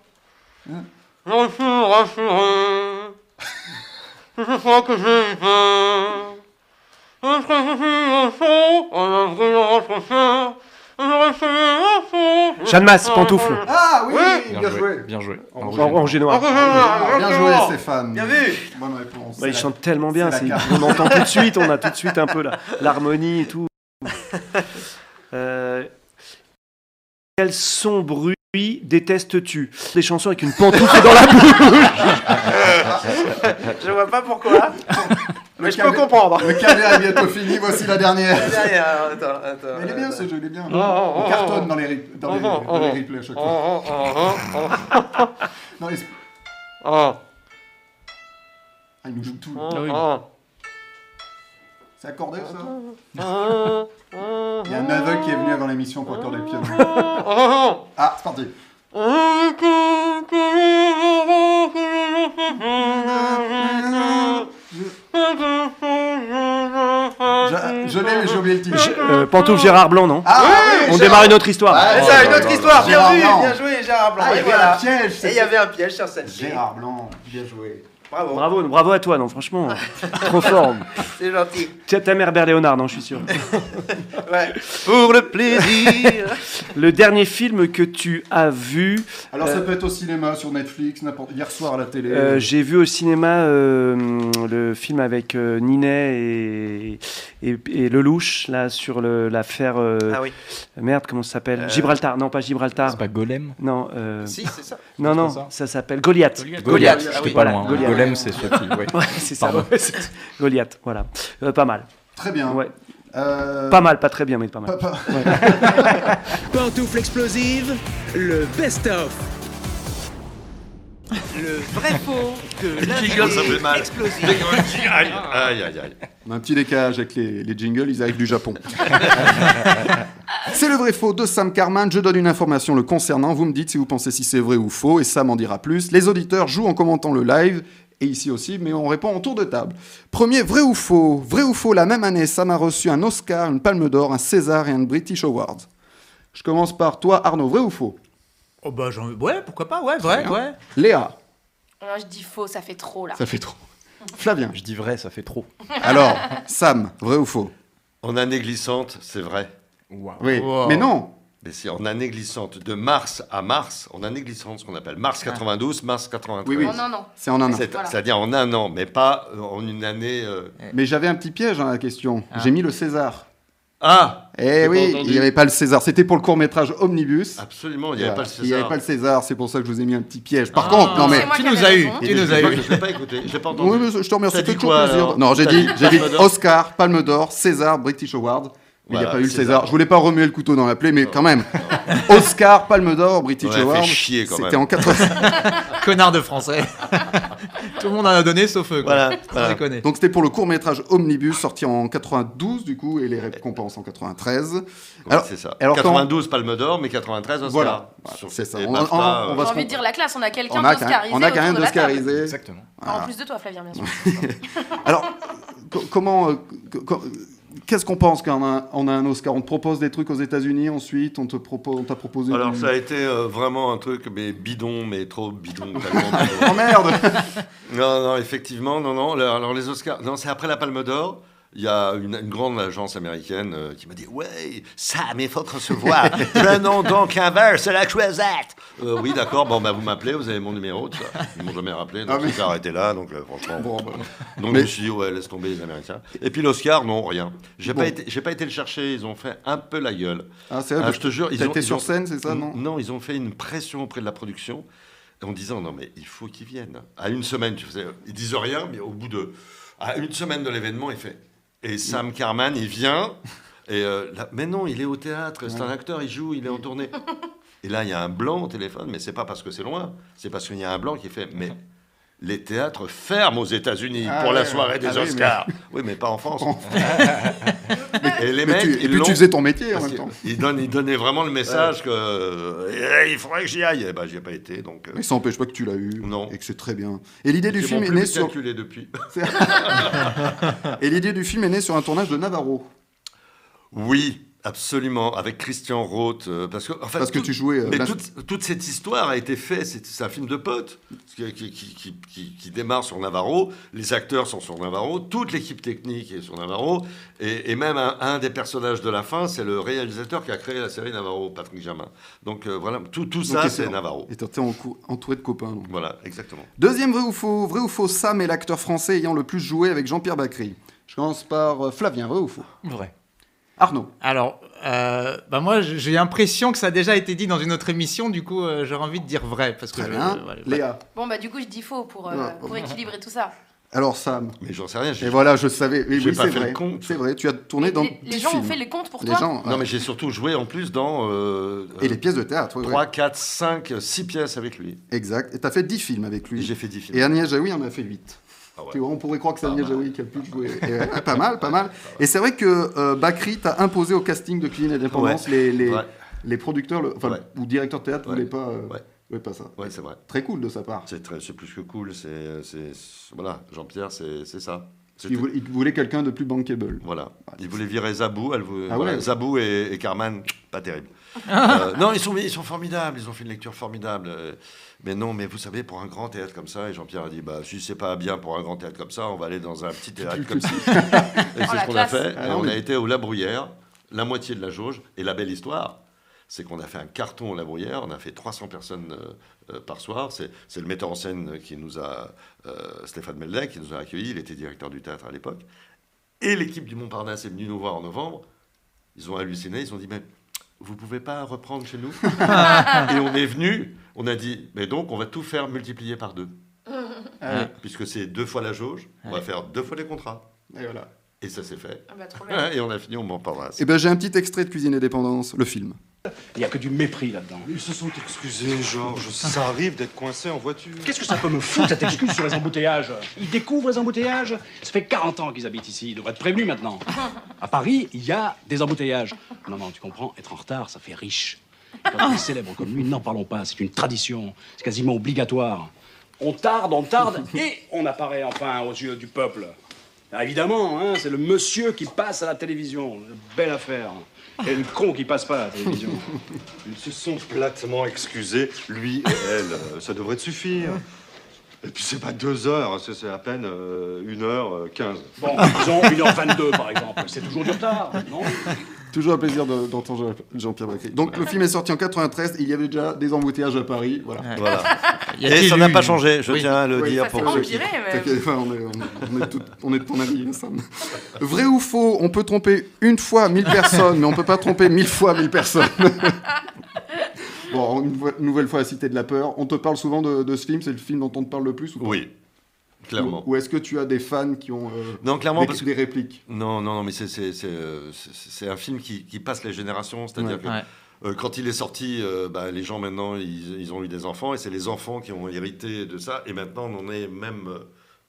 C: J'en suis rassuré. Oh. Je crois que j'ai eu peur. Est-ce que je suis Oh, un fou En avril, un chauffeur. J'aurais fait un fou.
I: Jeanne Masse, pantoufle.
B: Ah oui,
I: Bien, joué. Bien joué. En rouge et
J: En
I: noir.
J: en génois.
B: Ah, Bien joué, Stéphane.
C: Bien vu.
B: Bonne réponse.
I: Bah,
B: C'est
I: il
B: la-
I: chante tellement bien,
B: c'est
I: c'est-
B: la carte.
I: on entend tout de suite, on a tout de suite un peu la- l'harmonie et tout. Euh, Quel son bruit détestes-tu Des chansons avec une pantoufle dans la bouche
C: Je vois pas pourquoi.
B: Le
C: Mais je
B: câble-
C: peux comprendre.
B: Le cadet est bientôt fini, voici la dernière.
C: Derrière, attends, attends.
B: Mais il est bien ce jeu, il est bien.
C: Oh, oh,
B: On
C: oh,
B: cartonne
C: oh.
B: dans les, rip- dans les,
C: Oh, oh,
B: dans les
C: oh.
B: replays à chaque
C: Oh,
B: fois.
C: oh, oh, oh,
B: Non, les-
C: oh, oh.
B: Ah, il nous joue tout.
I: Oh,
B: là.
C: Ah oui.
B: C'est accordé ça Il y a un aveugle qui est venu avant l'émission pour accorder le piano. Ah, c'est parti. Je, je l'ai, mais j'ai oublié le titre.
I: Euh, Pantoufle Gérard Blanc, non
B: Ah, oui,
I: On
B: Gérard-
I: démarre une autre histoire.
B: Ah,
C: C'est ça, une autre histoire, bien
B: Gérard
C: vu,
B: Blanc.
C: bien joué Gérard Blanc.
B: Ah, il y
C: Et
B: avait
C: voilà.
B: un piège,
C: Et il y avait un piège sur celle-ci.
B: Gérard Blanc, bien joué.
C: Bravo,
I: Bravo, bravo à toi, non, franchement, trop fort.
C: c'est gentil.
I: Tiens, ta mère Bert Léonard, non, je suis sûr.
C: Ouais. Pour le plaisir.
I: Le dernier film que tu as vu,
B: Alors ça peut être au cinéma, sur Netflix, n'importe. Hier soir à la télé.
I: euh, j'ai vu au cinéma euh, hum, le film avec euh, Ninet et, et, et Lelouch, là, sur le- l'affaire. euh,
C: Ah oui.
I: Merde, comment ça s'appelle
C: Euh,
I: Gibraltar, non, pas Gibraltar.
J: pas Golem
I: Non, euh,
C: Si, c'est ça.
I: non, non,
J: ça.
I: ça, s'appelle Goliath.
N: Goliath.
J: Goliath,
I: Ah
J: j'étais
I: oui,
J: pas
I: voilà,
J: loin.
I: Goliath.
J: Golem,
I: c'est
J: ceux qui- ouais.
I: c'est ça.
J: Pardon.
I: ouais, c'est- Goliath, voilà. Euh, pas mal.
B: Très bien.
I: Ouais.
B: Euh,
I: Pas mal, pas très bien, mais pas mal.
B: pa- pa-
A: Pantoufle explosive, le best-of.
P: Le vrai faux de
C: explosif.
Q: Aïe, aïe, aïe.
B: On a un petit décalage avec les, les jingles, ils arrivent du Japon. c'est le vrai faux de Sam Carman. Je donne une information le concernant. Vous me dites si vous pensez si c'est vrai ou faux, et Sam en dira plus. Les auditeurs jouent en commentant le live. Et ici aussi, mais on répond en tour de table. Premier, vrai ou faux Vrai ou faux, la même année, Sam a reçu un Oscar, une Palme d'Or, un César et un British Award. Je commence par toi, Arnaud. Vrai ou faux
R: Oh bah j'en... Ouais, pourquoi pas, ouais, vrai, ouais.
B: Léa,
G: Non, Hein, je dis faux, ça fait trop là.
B: ça fait trop. Flavien.
S: Je dis vrai, ça fait trop.
B: Alors, Sam, vrai ou faux
Q: En année glissante, c'est vrai.
B: Oui. Mais non,
Q: Mais si, en année glissante, de mars à mars, en année glissante, ce qu'on appelle mars 92, mars 93.
B: Oui, oui.
G: En un an.
B: C'est en un an.
Q: C'est-
G: Voilà.
Q: C'est-à-dire en un an, mais pas euh, en une année. euh,
B: Mais j'avais un petit piège dans la question. J'ai mis le César.
Q: Ah
B: Eh
Q: J'ai
B: oui,
Q: pas entendu.
B: il n'y avait pas le César. C'était pour le court métrage Omnibus.
Q: Absolument, il n'y
B: Voilà.
Q: avait pas le César. Ah,
B: Il n'y avait pas le César. C'est pour ça que je vous ai mis un petit piège. Par contre, non mais.
G: Ah, C'est moi qui avais raison.
B: Tu nous as eu.
Q: Je l'ai pas écouté, je l'ai pas entendu.
B: Oui, mais je te remercie.
Q: T'as
B: C'était
Q: dit
B: toujours
Q: quoi,
B: plaisir.
Q: alors
B: Non, j'ai
Q: T'as
B: dit, j'ai dit
Q: Palme d'Or
B: Oscar, Palme d'Or, César, British Award. Mais il n'y
Q: Voilà,
B: a pas eu le
Q: César.
B: César. Je voulais pas remuer le couteau dans la plaie, mais quand même. Oscar, Palme d'Or, British
Q: On a fait
B: Award.
Q: chier, quand
B: C'était
Q: même.
B: en 80.
S: Connard de français. Tout le monde en a donné sauf eux. Quoi. Sans déconner.
B: Donc c'était pour le court métrage Omnibus sorti en 92 du coup et les récompenses en 93.
Q: c'est ça.
B: alors quand-
Q: 92 Palme d'or, mais 93 Oscar.
B: Voilà.
Q: Sur-
B: C'est ça.
Q: et
B: On-
Q: BAFTA,
B: on-
Q: euh,
B: on
G: J'ai
B: va se
G: envie de dire la classe, on a quelqu'un
B: On a quand
G: d'oscarisé.
B: même- on a quand même
G: autour de la table.
B: d'oscarisé. Ah. Exactement.
G: En plus de toi, Flavien, bien sûr.
B: Alors co- comment euh, co- co- qu'est-ce qu'on pense quand on a, on a un Oscar On te propose des trucs aux États-Unis ensuite, on te propose on t'a proposé
Q: Alors
B: une-
Q: ça a été euh, vraiment un truc mais bidon, mais trop bidon. tellement bidon.
B: Oh, merde
Q: Non, non, effectivement, non, non. Alors, alors, les Oscars, non, c'est après la Palme d'Or. Il y a une, une grande agence américaine euh, qui m'a dit Ouais, ça, mais il faut qu'on se voit. Prenons donc un verre, c'est la croisette. Euh, oui, d'accord, bon, bah, vous m'appelez, vous avez mon numéro, tout ça. Ils m'ont jamais rappelé, donc
B: Ah, mais-
Q: j'ai arrêté là, donc euh, franchement.
B: Bon, bah.
Q: Donc
B: Mais-
Q: je me suis dit Ouais, laisse tomber les Américains. Et puis l'Oscar, non, rien. J'ai
B: Bon.
Q: pas, été- j'ai pas été le chercher, ils ont fait un peu la gueule.
B: Ah, c'est vrai, parce
Q: je te
B: que
Q: jure, ils
B: t'as
Q: ont-
B: été
Q: ils
B: sur
Q: ont-
B: scène, c'est ça, non
Q: non, ils ont fait une pression auprès de la production en disant non mais il faut qu'ils viennent. À une semaine, tu faisais, ils disent rien, mais au bout de à une semaine de l'événement, il fait. Et Sam Carman, il vient. Et euh, là, mais non, il est au théâtre, c'est un acteur, il joue, il est en tournée. Et là, il y a un blanc au téléphone, mais c'est pas parce que c'est loin, c'est parce qu'il y a un blanc qui fait. Mais les théâtres ferment aux États-Unis
B: Ah
Q: pour la
B: ouais,
Q: soirée
B: ouais.
Q: des
B: Ah oui, mais-
Q: Oscars. Oui mais... pas en France. et les
B: mais
Q: mecs,
B: tu- et
Q: ils
B: puis tu
Q: l'ont-
B: faisais ton métier en
Q: parce
B: même
Q: qu'ils-
B: temps.
Q: Ils, donnent- ils donnaient vraiment le message que euh, eh, il faudrait que j'y aille. Eh ben, j'y ai pas été, donc. euh,
B: Mais ça n'empêche pas que tu l'as eu et que c'est très bien. Et l'idée du
Q: J'ai
B: film
Q: mon
B: est née
Q: public
B: sur
Q: calculé depuis.
B: et l'idée du film est née sur un tournage de Navarro.
Q: Oui, absolument, avec Christian Roth, euh, parce que en fait,
B: Parce que tu jouais, euh,
Q: mais
B: l'ins-
Q: toute, toute cette histoire a été faite. C'est c'est un film de potes qui, qui- qui- qui- qui- qui démarre sur Navarro. Les acteurs sont sur Navarro. Toute l'équipe technique est sur Navarro. Et, et même un, un des personnages de la fin, c'est le réalisateur qui a créé la série Navarro, Patrick Jamin. Donc euh, voilà, tout, tout ça,
B: Donc,
Q: c'est
B: t'étais en-
Q: Navarro.
B: Et t'étais en cou- entouré de copains. donc.
Q: Voilà, exactement.
B: Deuxième vrai ou faux. Vrai ou faux, Sam est l'acteur français ayant le plus joué avec Jean-Pierre Bacry. Je commence par euh, Flavien, vrai ou faux
S: Vrai.
B: Arnaud.
S: Alors, euh, bah moi, j- j'ai l'impression que ça a déjà été dit dans une autre émission, du coup, euh, j'aurais envie de dire vrai. Parce que
Q: Euh,
B: Très
S: je-
B: bien.
S: voilà.
B: Léa.
G: Bon, bah, du coup, je dis faux pour, euh,
B: Ouais.
G: pour équilibrer tout ça.
B: Alors Sam.
Q: Mais j'en sais rien.
B: Et voilà, je savais. Oui,
Q: J'ai
B: oui,
Q: pas
B: c'est
Q: fait
B: vrai.
Q: le compte.
B: C'est vrai. Tu as tourné dans.
G: les- les
B: dix
G: gens ont
B: films.
G: fait les comptes pour
B: Les
G: toi
B: gens,
Q: Non,
B: ouais.
Q: mais j'ai surtout joué en plus dans. euh,
B: Et les pièces de théâtre, oui, oui.
Q: 3, 4, 5, 6 pièces avec lui.
B: Exact. Et t'as fait 10 films avec lui.
Q: J'ai fait 10 films.
B: Et Agnès Jaoui en a fait 8.
Q: Ah ouais.
B: Tu vois, on pourrait croire que c'est Agnès Jaoui qui a le plus joué. Et, euh, ah, pas mal, pas mal. Et c'est vrai que euh, Bakri t'a imposé au casting de Cuisine Indépendance
Q: Ouais.
B: les, les,
Q: Ouais.
B: les producteurs le- enfin,
Q: Ouais.
B: ou directeurs de théâtre
Q: Ouais.
B: voulaient pas, euh,
Q: Ouais.
B: voulaient pas ça.
Q: Ouais, c'est vrai.
B: Très cool de sa part.
Q: C'est très- c'est plus que cool. C'est, c'est- c'est- voilà, Jean-Pierre, c'est, c'est ça. C'était-
B: Ils voulaient, ils voulaient quelqu'un de plus bankable.
Q: Voilà. Ils voulaient virer Zabou. Elle vou-
B: Ah
Q: voilà,
B: ouais.
Q: Zabou et, et Carman, pas terrible. Euh, non, ils sont, ils sont formidables. Ils ont fait une lecture formidable. Euh, Mais non, mais vous savez, pour un grand théâtre comme ça, et Jean-Pierre a dit, bah, si c'est pas bien pour un grand théâtre comme ça, on va aller dans un petit théâtre comme ça. Et
B: Oh,
Q: c'est
B: la
Q: ce qu'on a
B: classe.
Q: fait.
B: Ah
Q: Et
B: non,
Q: on
B: mais-
Q: a été au La Bruyère, la moitié de la jauge. Et la belle histoire, c'est qu'on a fait un carton au La Bruyère. On a fait 300 personnes euh, euh, par soir. C'est c'est le metteur en scène qui nous a, euh, Stéphane Meldec, qui nous a accueillis. Il était directeur du théâtre à l'époque. Et l'équipe du Montparnasse est venue nous voir en novembre. Ils ont halluciné, ils ont dit, mais vous pouvez pas reprendre chez nous Et on est venu, on a dit, mais donc on va tout faire multiplier par deux. Hein,
B: Ah ouais.
Q: Puisque c'est deux fois la jauge, on va faire deux fois les contrats.
B: Et voilà. Ah
Q: Et ça s'est fait.
G: bah, trop
Q: Ouais, Et on a fini, on m'en parlera.
B: Eh ben, j'ai un petit extrait de Cuisine et Dépendance, le film.
T: Il n'y a que du mépris là-dedans. Ils se sont excusés, Georges. Ça arrive d'être coincé en voiture.
R: Qu'est-ce que ça peut me foutre cette excuse sur les embouteillages Ils découvrent les embouteillages Ça fait 40 ans qu'ils habitent ici, ils devraient être prévenus maintenant. À Paris, il y a des embouteillages. Non, non, tu comprends, être en retard, ça fait riche. Quand on est célèbre comme lui, n'en parlons pas, c'est une tradition, c'est quasiment obligatoire. On tarde, on tarde, et on apparaît enfin aux yeux du peuple. Ah, évidemment, hein, c'est le monsieur qui passe à la télévision, Une belle affaire. Et le con qui passe pas à la télévision.
T: Ils se sont platement excusés, lui et elle. Euh, Ça devrait te suffire. Et puis c'est pas deux heures, hein, c'est c'est à peine euh, une heure euh, quinze.
R: Bon, disons 1h22 par exemple, c'est toujours du retard, non
B: Toujours un plaisir de- d'entendre Jean- Jean-Pierre Bacri. Donc, le film est sorti en 93 et il y avait déjà des embouteillages à Paris. Voilà.
Q: Voilà. Et ça n'a pas changé, je tiens à le
B: Oui.
Q: dire.
B: Ça, c'est
Q: ceux qui-
B: empiré, mais- T'inquiète pas, on est- on est- on est tout- on est de ton avis, Sam. Vrai ou faux, on peut tromper une fois 1000 personnes, mais on peut pas tromper mille fois 1000 personnes. bon, une, fois- une nouvelle fois, à Cité de la Peur. On te parle souvent de, de ce film, c'est le film dont on te parle le plus ou pas
Q: Oui. Clairement.
B: Ou, ou est-ce que tu as des fans qui ont euh,
Q: Non, clairement,
B: des,
Q: parce que-
B: des répliques
Q: Non, non, non, mais c'est- c'est c'est, euh, c'est- c'est un film qui, qui passe les générations. C'est-à-dire
B: Ouais.
Q: que
B: Ouais.
Q: euh, quand il est sorti, euh, bah, les gens maintenant, ils, ils ont eu des enfants et c'est les enfants qui ont hérité de ça. Et maintenant, on en est même euh,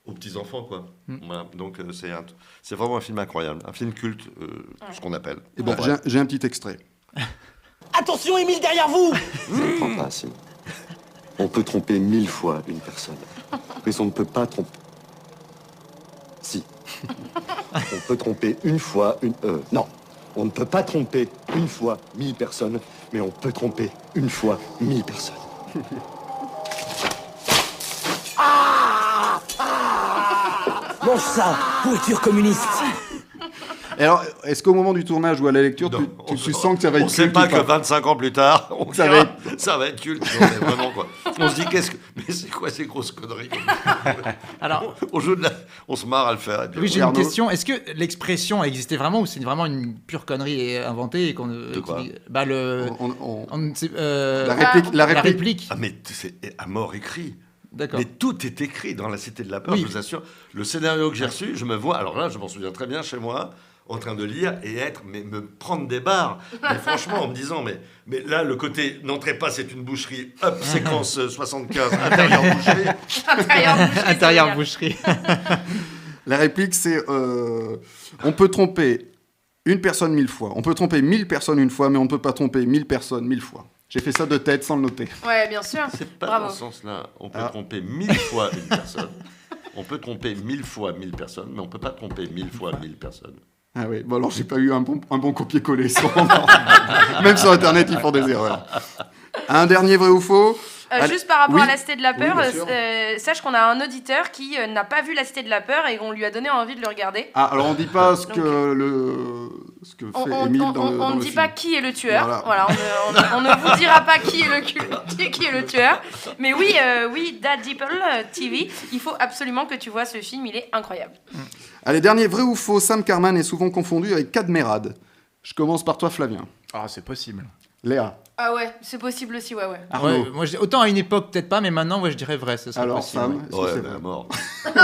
Q: aux petits-enfants, quoi.
B: Mm.
Q: Voilà. Donc, euh, c'est un- c'est vraiment un film incroyable. Un film culte, euh, ce qu'on appelle.
B: Eh ben,
Q: En vrai.
B: j'ai un- j'ai un petit extrait.
U: Attention, Émile, derrière vous
V: Je comprends pas, Sim. On peut tromper mille fois une personne, mais on ne peut pas tromper. Si. On peut tromper une fois une. euh, non. On ne peut pas tromper une fois mille personnes, mais on peut tromper une fois mille personnes.
U: Mange ça, pourriture communiste
B: Et alors, est-ce qu'au moment du tournage ou à la lecture, tu, tu- tu sens que ça va être
Q: On sait
B: culte
Q: pas
B: ou
Q: que 25 ans plus
S: Ah,
Q: tard, on
B: Ça va
Q: ça, va être... ça va être culte. Non, mais vraiment, quoi. On se dit, qu'est-ce que. Mais c'est quoi ces grosses conneries
S: Alors.
Q: On, joue de la- on se marre à le faire. et puis-
S: Louis, j'ai une
Q: Arnaud
S: question. Est-ce que l'expression a existé vraiment ou c'est vraiment une pure connerie et inventée et qu'on De
Q: quoi
S: Bah le. on ne sait- euh,
Q: Ah, mais t- c'est à mort écrit.
S: D'accord.
Q: Mais tout est écrit dans La Cité de la Peur,
S: Oui.
Q: je vous assure. Le scénario que j'ai reçu, je me vois, alors là, je m'en souviens très bien chez moi, en train de lire et être, mais me prendre des barres. Mais franchement, en me disant, mais, mais là, le côté n'entrez pas, c'est une boucherie, hop, séquence euh, 75, intérieur boucherie.
S: Intérieur boucherie.
B: La réplique, c'est euh, on peut tromper une personne mille fois, on peut tromper mille personnes une fois, mais on ne peut pas tromper mille personnes mille fois. J'ai fait ça de tête sans le noter.
G: Ouais, bien sûr.
Q: C'est pas dans
G: Bravo.
Q: ce sens-là. On
S: Ah.
Q: peut tromper mille fois une personne. On peut tromper mille fois mille personnes, mais on peut pas tromper mille fois mille personnes.
B: Ah oui, bon alors j'ai pas eu un bon, un bon copier-coller. sûrement. Même sur Internet, ils font des erreurs. Un dernier vrai ou faux
G: Euh,
B: Allez-
G: juste par rapport
B: Oui.
G: à la Cité de la
B: Oui,
G: Peur,
B: bien sûr.
G: euh, euh, sache qu'on a un auditeur qui euh, n'a pas vu la Cité de la Peur et on lui a donné envie de le regarder.
B: Ah, alors on dit pas ce
G: Donc, euh,
B: que le ce que
G: On,
B: fait
G: on-
B: Émile
G: on-
B: dans le
G: on
B: dans
G: ne
B: le
G: dit
B: film.
G: pas qui est le tueur.
B: Voilà.
G: Voilà, on, ne- on ne- on ne vous dira pas qui est le, cul- qui est le tueur. Mais oui, euh, oui, Daddy TV, il faut absolument que tu vois ce film, il est incroyable.
B: Allez, dernier vrai ou faux, Sam Carman est souvent confondu avec Cadmerade. Je commence par toi Flavien.
S: Ah, c'est possible.
B: Léa.
G: Ah ouais, c'est possible aussi, ouais, ouais.
B: Arnaud.
S: Ouais, moi, je- autant à une époque, peut-être pas, mais maintenant, ouais, je dirais vrai. Ce serait
B: Alors,
S: possible,
B: Sam,
S: ouais.
B: est-ce que Ouais, c'est bah, vrai
Q: À mort.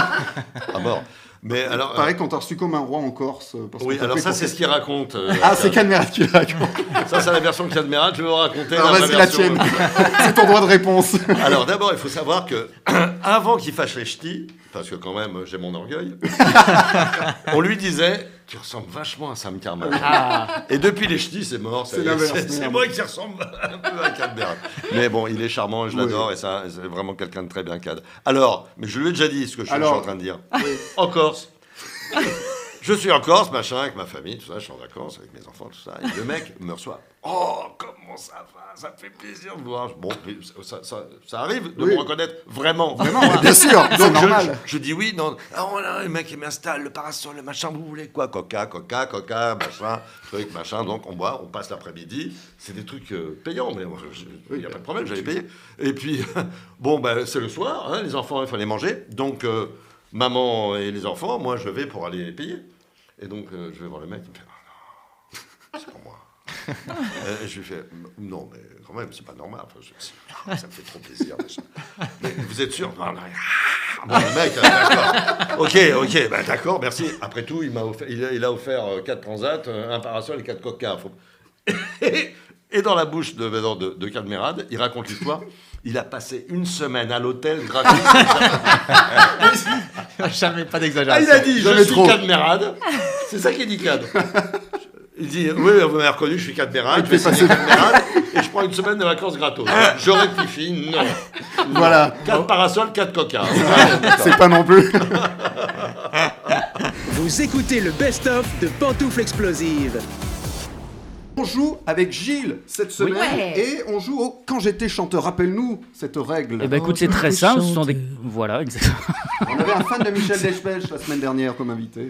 Q: à mort. Mais alors. euh,
B: Pareil qu'on t'a reçu comme un roi en Corse. euh, parce
Q: Oui,
B: qu'on t'a
Q: alors
B: pris
Q: ça,
B: pour
Q: c'est ce qu'il raconte. euh,
B: Ah, c'est Cadmerade qui raconte.
Q: Ça, c'est la version que Cadmerade, je vais vous raconter.
B: Alors,
Q: vraie
B: vas-y, la
Q: version. euh,
B: tienne. c'est ton droit de réponse.
Q: Alors d'abord, il faut savoir que avant qu'il fâche les ch'tis, parce que quand même j'ai mon orgueil, on lui disait tu ressembles vachement à Sam Carman.
S: Ah.
Q: Et depuis les ch'tis, c'est mort. ça
T: C'est
Q: y est,
T: l'inverse,
Q: c'est- C'est
T: merde.
Q: moi qui ressemble un peu à Cadmerade. Mais bon, il est charmant, je l'adore et ça, c'est vraiment quelqu'un de très bien cadre. Alors, mais je lui ai déjà dit ce que je,
B: Alors.
Q: suis en train de dire. En Corse. Je suis en Corse, machin, avec ma famille, tout ça, je suis en vacances avec mes enfants, tout ça. Et le mec me reçoit. Oh, comment ça va Ça me fait plaisir de vous voir. Bon, mais ça, ça- ça arrive de
B: Oui.
Q: me reconnaître vraiment.
B: Vraiment, hein. bien sûr,
Q: Donc
B: c'est
Q: je-
B: normal.
Q: Je, je dis oui, non. Ah, voilà, le mec, il m'installe, le parasol, le machin, vous voulez quoi Coca, coca, coca, machin, truc, machin. Donc on boit, on passe l'après-midi. C'est des trucs euh, payants, mais moi, je- je- il n'y a pas de problème, j'avais payé. Et puis, bon, ben, c'est le soir, hein, les enfants, il fallait manger. Donc, euh, maman et les enfants, moi, je vais pour aller les payer. Et donc, euh, je vais voir le mec, il me fait Ah non, c'est pour moi. Euh, je lui fais Non, mais quand même, c'est pas normal. Enfin, je- ça me fait trop plaisir. machin. Mais vous êtes sûr Non, non, rien. Ah, bon, le mec, euh, d'accord. Ok, ok, bah, d'accord, merci. Après tout, il m'a offert, il a, il a offert euh, quatre transats, euh, un parasol et quatre coca. Faut- et dans la bouche de, non, de, de Cadmerade, il raconte l'histoire. Il a passé une semaine à l'hôtel gratuit.
S: Jamais pas
Q: Ah,
S: d'exagération.
Q: il a dit, je
S: Jamais
Q: suis
S: trop.
Q: Cadmerade. C'est ça qu'il dit, Cad. Il dit, oui, vous m'avez reconnu, je suis Cadmerade, je vais signer Cadmerade, et je prends une semaine de vacances gratos. Je rectifie, non.
B: Voilà.
Q: 4 parasols, 4 coca.
B: C'est pas non plus.
A: Vous écoutez le best-of de Pantoufles Explosives.
B: On joue avec Gilles cette semaine
A: Ouais.
B: et on joue au Quand j'étais chanteur. Rappelle-nous cette règle.
L: Eh ben écoute, c'est très simple. Ce sont des... Voilà, exactement.
B: On avait un fan de Michel Delpech la semaine dernière comme invité.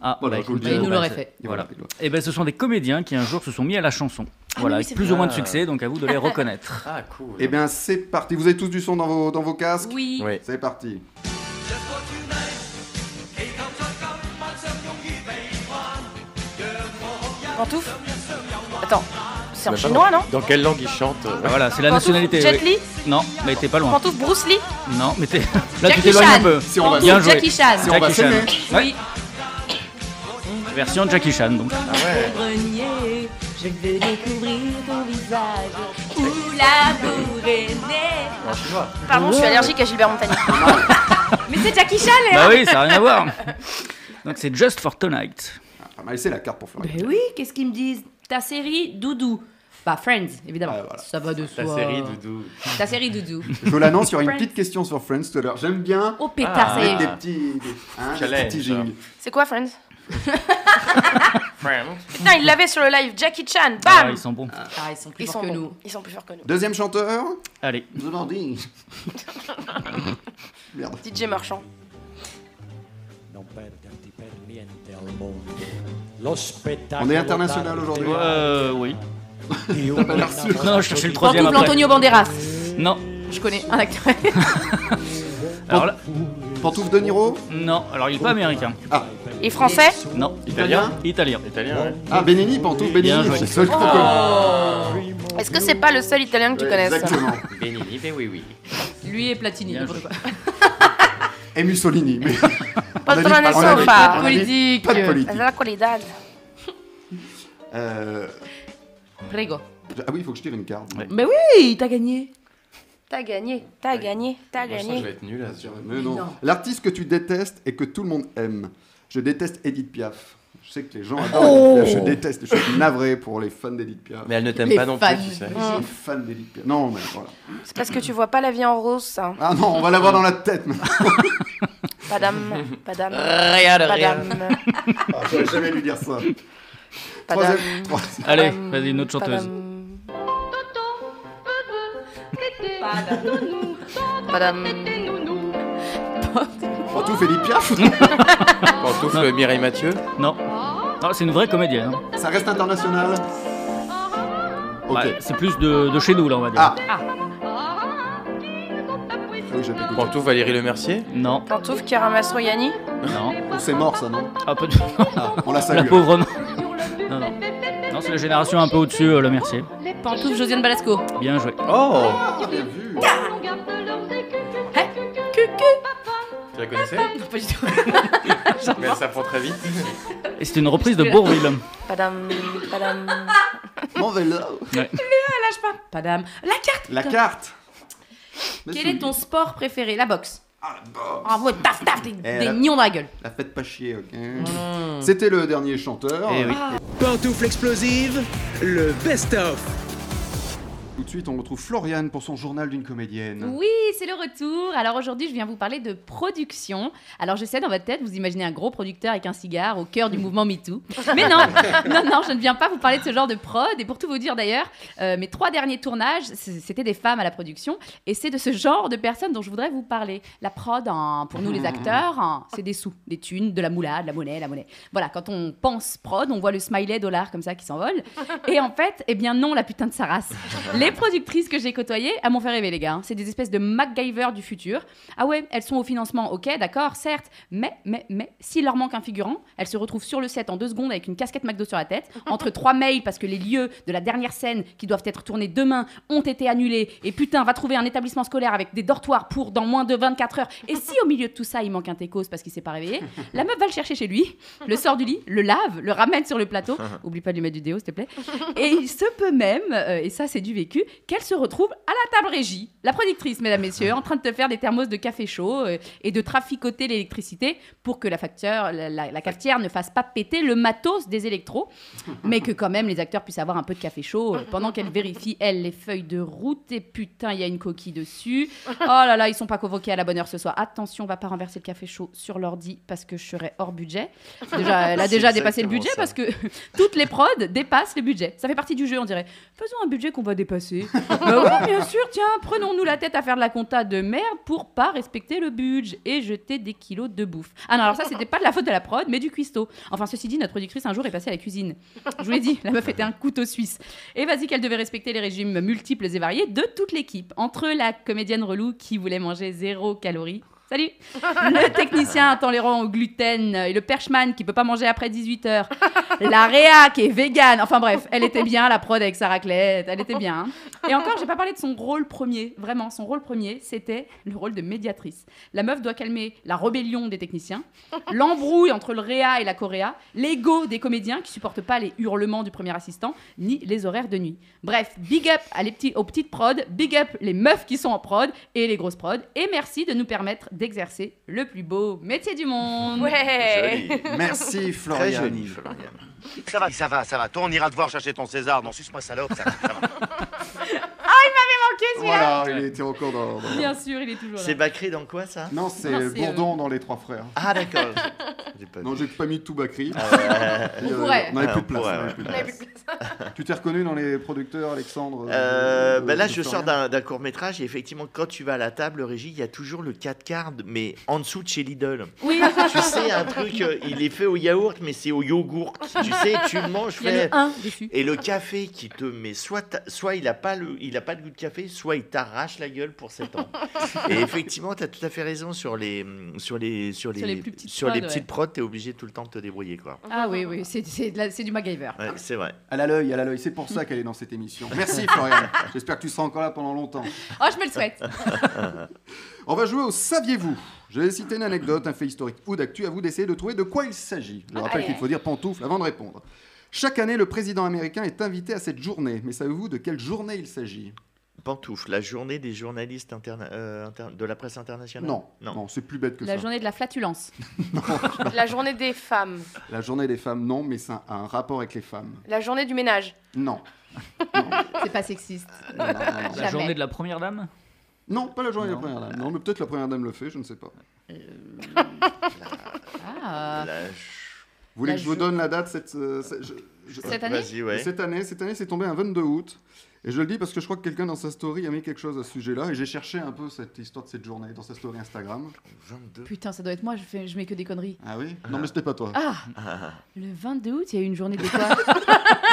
L: Ah,
B: Voilà,
L: bah,
B: je vous le
L: écoute,
B: dis.
L: euh, bah,
B: Voilà.
L: c'est- Voilà. Et ben, ce sont des comédiens qui un jour se sont mis à la chanson.
E: Ah
K: Ah
L: voilà,
B: oui, c'est
L: avec plus
B: vrai.
L: ou moins de succès, donc à vous de les reconnaître.
S: Ah, cool.
K: ben,
B: Eh bien, c'est parti. Vous avez tous du son dans vos, dans vos casques
L: Oui. Oui.
B: C'est parti.
G: Pantouf Attends, c'est C'est en chinois, non
E: Dans quelle langue il chante
L: Bah, Voilà, c'est la
G: Pantoufle
L: nationalité.
G: Jet
L: oui.
G: Li
L: Non, mais t'es pas loin.
G: Pantoufle Bruce Lee
L: Non, mais t'es. Là, tu
G: Jackie
L: t'éloignes
G: Chan.
L: un peu.
G: Si on va-
L: Bien joué.
G: Jackie Chan. Si on va
L: Jackie Chan.
G: s'aimer.
L: Ouais.
G: Oui.
L: Version Jackie Chan, donc.
K: Ah
B: Ah
K: Grenier, je veux découvrir ton visage où l'amour est né.
G: Pardon, je suis allergique à Gilbert Montagnier.
K: Mais c'est Jackie Chan, Léa
L: Bah oui, ça n'a rien à voir. Donc c'est Just for Tonight.
B: pas mal, c'est la carte pour
D: Eh
K: Ben oui, qu'est-ce qu'ils me disent Ta série, Doudou. Bah, Friends, évidemment. Ça va de soi.
B: série, Doudou.
K: Ta série, Doudou.
B: Je l'annonce, il y aura une
K: Friends.
B: petite question sur Friends tout à l'heure. J'aime bien.
K: Oh, pétard, ça y est.
B: mettre Des petits, des, hein, des
E: Challenge.
B: petits jingles.
G: C'est quoi, Friends Putain, ils l'avaient sur le live. Jackie Chan, bam
L: Ah, ils sont bons.
K: Ah, ils sont plus
G: Ils
K: forts
G: sont
K: que
G: bons.
K: nous.
G: Ils sont plus forts que nous.
B: Deuxième chanteur.
L: Allez.
B: The Morning. Merde.
G: DJ Marchand.
W: Non perderti per niente al mondo. Lo spettacolo.
B: On est international aujourd'hui.
L: Euh, oui.
B: T'as pas l'air sûr.
L: Non, je cherchais le troisième.
K: Pantoufle
L: après.
K: Antonio Banderas.
L: Non.
K: Je connais un acteur.
L: Alors là-
B: Pantoufle De Niro
L: Non, alors il est pas américain.
B: Ah.
G: Et français
L: Non.
E: Italien
L: Italien.
E: Italien, ouais.
B: Ah, Benini, Pantoufle
L: Bien
B: Benini.
L: joué.
B: C'est le seul
G: Oh.
B: qu'on
G: Est-ce que c'est pas le seul italien que tu connais
B: Exactement.
E: Benigni, ben oui, oui.
K: Lui et Platini. n'importe quoi.
B: Et Mussolini. Mais...
G: Pas
B: on a
G: de
B: dit-
G: la
B: on a dit-
G: sofa.
B: on a dit Pas de politique.
G: La qualidad.
B: Euh,
K: Prego.
B: Ah oui, il faut que je tire une carte.
K: Mais oui, t'as gagné.
G: T'as gagné, t'as gagné, t'as Ah, gagné.
E: être nul à ce
B: Mais non.
G: Non.
B: L'artiste que tu détestes et que tout le monde aime. Je déteste Edith Piaf. Je sais que les gens adorent
E: Oh.
B: Edith Piaf. Je déteste. Je suis navré pour les fans d'Edith Piaf.
E: Mais elle ne t'aime Les pas non plus, fans. tu sais.
B: Les fans d'Edith Piaf. Non, mais voilà.
G: C'est parce que tu vois pas la vie en rose, ça.
B: Ah non, on va l'avoir dans la tête. maintenant.
G: Madame, madame.
B: Rien de rien.
G: madame.
B: Ah, J'aurais jamais dû dire ça.
G: Padam.
B: Troisième- troisième-
L: Allez, vas-y, une autre chanteuse.
G: Madame.
B: Pantoufle Edith Piaf
E: Pantoufle Mireille Mathieu
L: Non. Non, c'est une vraie comédienne. hein.
B: Ça reste international.
L: Bah, c'est plus de, de chez nous, là, on va
B: Ah.
L: dire.
E: Pantoufle Valérie Le Mercier
L: Non.
G: Pantouf Karamastroyani
L: Non.
B: C'est mort, ça, non
L: Ah, peu...
B: on la salue.
L: La pauvre. Non, non. Non, c'est la génération un peu au-dessus, euh, le Mercier.
K: Pantoufle Josiane Balasco.
L: Bien joué.
E: Oh
K: Hein Cucu.
E: Tu la connaissais
K: Pas du tout.
E: Mais elle s'apprend très vite.
L: Et c'était une reprise de Bourville.
G: Padam, padam.
B: Mon vélo.
L: Ouais.
K: lâche pas. Padam. La carte.
B: La carte.
K: Quel est ton sport préféré La boxe.
B: Ah, la boxe.
K: Envoie taf taf des,
B: Eh,
K: des
B: la-
K: nions dans la gueule.
B: La fête pas chier, ok C'était le dernier chanteur.
A: Eh oui.
B: Pantoufle explosive, le best-of. Tout de suite, on retrouve Floriane pour son journal d'une comédienne.
D: Oui, c'est le retour. Alors aujourd'hui, je viens vous parler de production. Alors je sais, dans votre tête, vous imaginez un gros producteur avec un cigare au cœur du mouvement MeToo. Mais non, non, non, je ne viens pas vous parler de ce genre de prod. Et pour tout vous dire d'ailleurs, euh, mes trois derniers tournages, c- c'était des femmes à la production. Et c'est de ce genre de personnes dont je voudrais vous parler. La prod, hein, pour nous
K: Mmh.
D: les acteurs, hein, c'est des sous, des thunes, de la moula, de la monnaie, la monnaie. Voilà, quand on pense prod, on voit le smiley dollar comme ça qui s'envole. Et en fait, eh bien non, la putain de sa race. Les productrices que j'ai côtoyées, elles m'ont fait rêver, les gars. hein. C'est des espèces de MacGyver du futur. Ah ouais, elles sont au financement, ok, d'accord, certes. Mais, mais, mais, s'il leur manque un figurant, elles se retrouvent sur le set en deux secondes avec une casquette McDo sur la tête, entre trois mails parce que les lieux de la dernière scène qui doivent être tournés demain ont été annulés. Et putain, va trouver un établissement scolaire avec des dortoirs pour dans moins de 24 heures. Et si au milieu de tout ça, il manque un técos parce qu'il s'est pas réveillé, la meuf va le chercher chez lui, le sort du lit, le lave, le ramène sur le plateau. Oublie pas de lui mettre du déo, s'il te plaît. Et il se peut même, euh, et ça c'est du vécu, qu'elle se retrouve à la table régie, la productrice, mesdames, messieurs, en train de te faire des thermos de café chaud euh, et de traficoter l'électricité pour que la, facture, la, la- la cafetière ne fasse pas péter le matos des électros, mais que quand même les acteurs puissent avoir un peu de café chaud euh, pendant qu'elle vérifie, elle, les feuilles de route. Et putain, il y a une coquille dessus. Oh là là, ils sont pas convoqués à la bonne heure ce soir. Attention, on va pas renverser le café chaud sur l'ordi parce que je serai hors budget. Déjà, elle a
X: C'est
D: déjà dépassé le
X: exactement
D: budget
X: ça.
D: parce que toutes les prods dépassent les budgets. Ça fait partie du jeu, on dirait. Faisons un budget qu'on va dépasser. bah oui, bien sûr, tiens, prenons-nous la tête à faire de la compta de merde pour pas respecter le budget et jeter des kilos de bouffe. Ah non, alors ça, c'était pas de la faute de la prod, mais du cuistot. Enfin, ceci dit, notre productrice un jour est passée à la cuisine. Je vous l'ai dit, la meuf était un couteau suisse. Et vas-y qu'elle devait respecter les régimes multiples et variés de toute l'équipe. Entre la comédienne relou qui voulait manger zéro calorie Salut Le technicien intolérant au gluten et le perchman qui peut pas manger après 18h. La Réa qui est végane. Enfin bref, elle était bien, la prod avec sa raclette. Elle était bien. hein. Et encore, j'ai pas parlé de son rôle premier. Vraiment, son rôle premier, c'était le rôle de médiatrice. La meuf doit calmer la rébellion des techniciens, l'embrouille entre le Réa et la Coréa, l'ego des comédiens qui supportent pas les hurlements du premier assistant, ni les horaires de nuit. Bref, big up à les petits, aux petites prod, big up les meufs qui sont en prod et les grosses prod, et merci de nous permettre d'exercer le plus beau métier du monde.
B: Merci Florian.
Y: Eh. Très joli, Ça va, ça va, ça va. Toi, on ira te voir chercher ton César. Non, suce-moi salope, ça va, ça va.
D: Ah, il m'avait manqué celui-là
B: Voilà, il était encore dans. dans-
D: Bien sûr, il est toujours là.
Y: C'est Bacri dans quoi ça
B: Non,
Y: euh,
B: c'est Bourdon dans Les Trois
D: euh,
B: Frères.
Y: Ah, d'accord. Ah,
B: Non, j'ai pas mis tout Bacri.
Y: ouais.
B: Et,
Y: On
B: euh,
Y: pourrait.
B: On avait plus de
Y: Ouais, on
B: place. on avait
Y: pourrait,
B: plus de
Y: ouais. On avait
B: place. Tu t'es reconnu dans les producteurs, Alexandre
Y: Euh,
B: euh,
Y: ben là,
B: de
Y: je
B: Florian
Y: sors d'un d'un court métrage et effectivement, quand tu vas à la table, Régie, il y a toujours le 4 quarts, mais en dessous de chez Lidl.
D: Oui.
Y: Tu sais, un truc, euh, il est fait au yaourt, mais c'est au yogourt. Tu sais, tu le manges,
D: Il y a le
Y: fais-
D: un dessus.
Y: Et le café qui te met, soit, ta- soit il n'a pas, le- il a pas de goût de café, soit il t'arrache la gueule pour 7 ans. Et effectivement, tu as tout à fait raison sur les, sur les, sur les,
D: Sur les plus petites
Y: sur
D: prods,
Y: les
D: ouais.
Y: petites prods, tu es obligé tout le temps de te débrouiller. Quoi.
D: Ah oui, oui, c'est- c'est de la- c'est du MacGyver.
Y: Ouais, c'est vrai.
B: Elle a l'œil, elle a l'œil. C'est pour ça qu'elle est dans cette émission. Merci Florian. J'espère que tu seras encore là pendant longtemps.
D: Oh, je me le souhaite.
B: On va jouer au Saviez-vous Je vais citer une anecdote, un fait historique ou d'actu. À vous d'essayer de trouver de quoi il s'agit. Je rappelle
Q: Allez.
B: qu'il faut dire pantoufle avant de répondre. Chaque année, le président américain est invité à cette journée. Mais savez-vous de quelle journée il s'agit
Y: Pantoufle, la journée des journalistes interna- euh, inter- de la presse internationale
B: Non, non, c'est plus bête que
D: La
B: ça.
D: journée de la flatulence.
G: La journée des femmes.
B: La journée des femmes, non, mais ça a un rapport avec les femmes.
G: La journée du ménage.
B: Non.
D: C'est pas sexiste.
B: La
D: Jamais.
B: journée
L: de la première dame
B: Non, pas la journée de la première dame. Non, mais peut-être la première dame le fait, je ne sais pas.
D: Ah.
B: Vous voulez
D: La
B: que je vous
D: jo-
B: donne la date cette, euh, ce- je- je-
D: Cette année Vas-y, ouais.
B: Cette année, cette année, c'est tombé un 22 août. Et je le dis parce que je crois que quelqu'un dans sa story a mis quelque chose à ce sujet-là. Et j'ai cherché un peu cette histoire de cette journée dans sa story Instagram.
D: Putain, ça doit être moi, je, fais, je mets que des conneries.
B: Ah oui Non, mais c'était pas toi.
D: Ah. Le 22 août, il y a eu une journée de quoi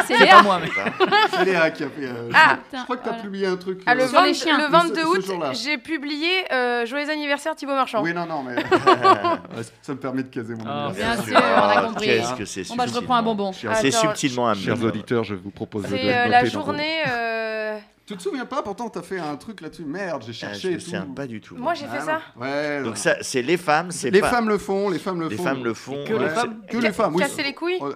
D: C'est
B: C'est
D: Léa
B: pas moi, mais- C'est Léa qui a fait, euh,
G: Ah.
B: je crois que t'as publié un truc.
G: Ah, le,
B: euh,
G: 20 le 22
B: ce- ce jour-là.
G: août, j'ai publié euh, Joyeux anniversaire Thibaut Marchand.
B: Oui, non, non, mais. Ouais, ça me permet de caser mon
D: Ah,
B: anniversaire.
D: bien sûr, on a compris.
Y: Qu'est-ce que c'est
D: Bon, bah, je reprends un bonbon.
Y: C'est subtilement amené.
B: Chers auditeurs, je vous propose
G: C'est euh, la journée. euh,
B: Tu te souviens pas Pourtant, t'as fait un truc là-dessus. Merde, j'ai cherché. et
Y: Ah, je me
B: tout. Ah,
Y: souviens pas du tout.
G: Moi, j'ai fait ça.
B: Ouais.
Y: Donc ça, c'est les femmes, c'est
B: Les
Y: pas-
B: femmes le font, les femmes le
Y: Les
B: font.
Y: femmes le font.
B: Que les
Y: ouais.
B: femmes Que les femmes, Ah, oui. euh,
G: Casser les couilles
B: Non,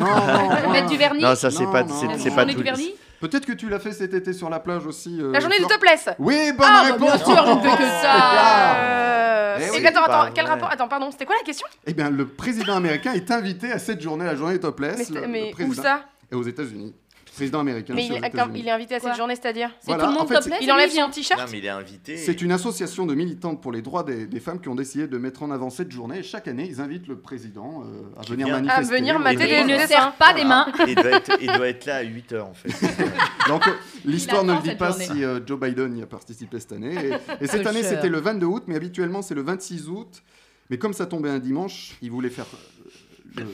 B: non,
G: Mettre du vernis
Y: Non, ça c'est
B: Non,
Y: pas,
B: non,
Y: c'est,
B: non.
Y: c'est pas
B: Journée
Y: tout.
B: du vernis Peut-être que tu l'as fait cet été sur la plage aussi. euh,
G: La journée du
B: Flore.
G: topless.
B: Oui, bonne
G: Ah, bah,
B: réponse.
G: bien sûr, je ne fais que ça. Euh,
B: Ah. Eh
G: Et
B: oui,
G: que- attends,
B: c'est pas
G: attends, quel
B: vrai.
G: rapport Attends, pardon, c'était quoi la question
B: Eh bien, le président américain est invité à cette journée, la journée topless.
G: Mais c'est-
B: le- le
G: mais où
B: président-
G: ça
B: Et aux États-Unis. Président américain.
G: Mais
B: c'est aux
G: il,
B: États-Unis.
G: il est invité à cette journée, c'est-à-dire
B: Voilà, tout le monde en fait, topless c'est- et
G: Il enlève
D: lui vient.
G: son t-shirt
Y: Non, mais il est invité.
B: C'est une association de militantes pour les droits des, des femmes qui ont décidé de mettre en avant cette journée. Et chaque année, ils invitent le président euh, à venir
Y: vient.
B: manifester.
G: À venir
B: Oui.
G: mater
D: Il ne sert pas des mains.
Y: Il doit, être, il doit être là à 8 heures en fait.
B: Donc, euh, l'histoire ne le
D: attend
B: dit
D: cette
B: pas
D: journée.
B: si euh, Joe Biden y a participé cette année. Et, et cette
D: Le
B: année,
D: cher.
B: c'était le 22 août, mais habituellement, c'est le 26 août. Mais comme ça tombait un dimanche, ils voulaient faire. euh, le-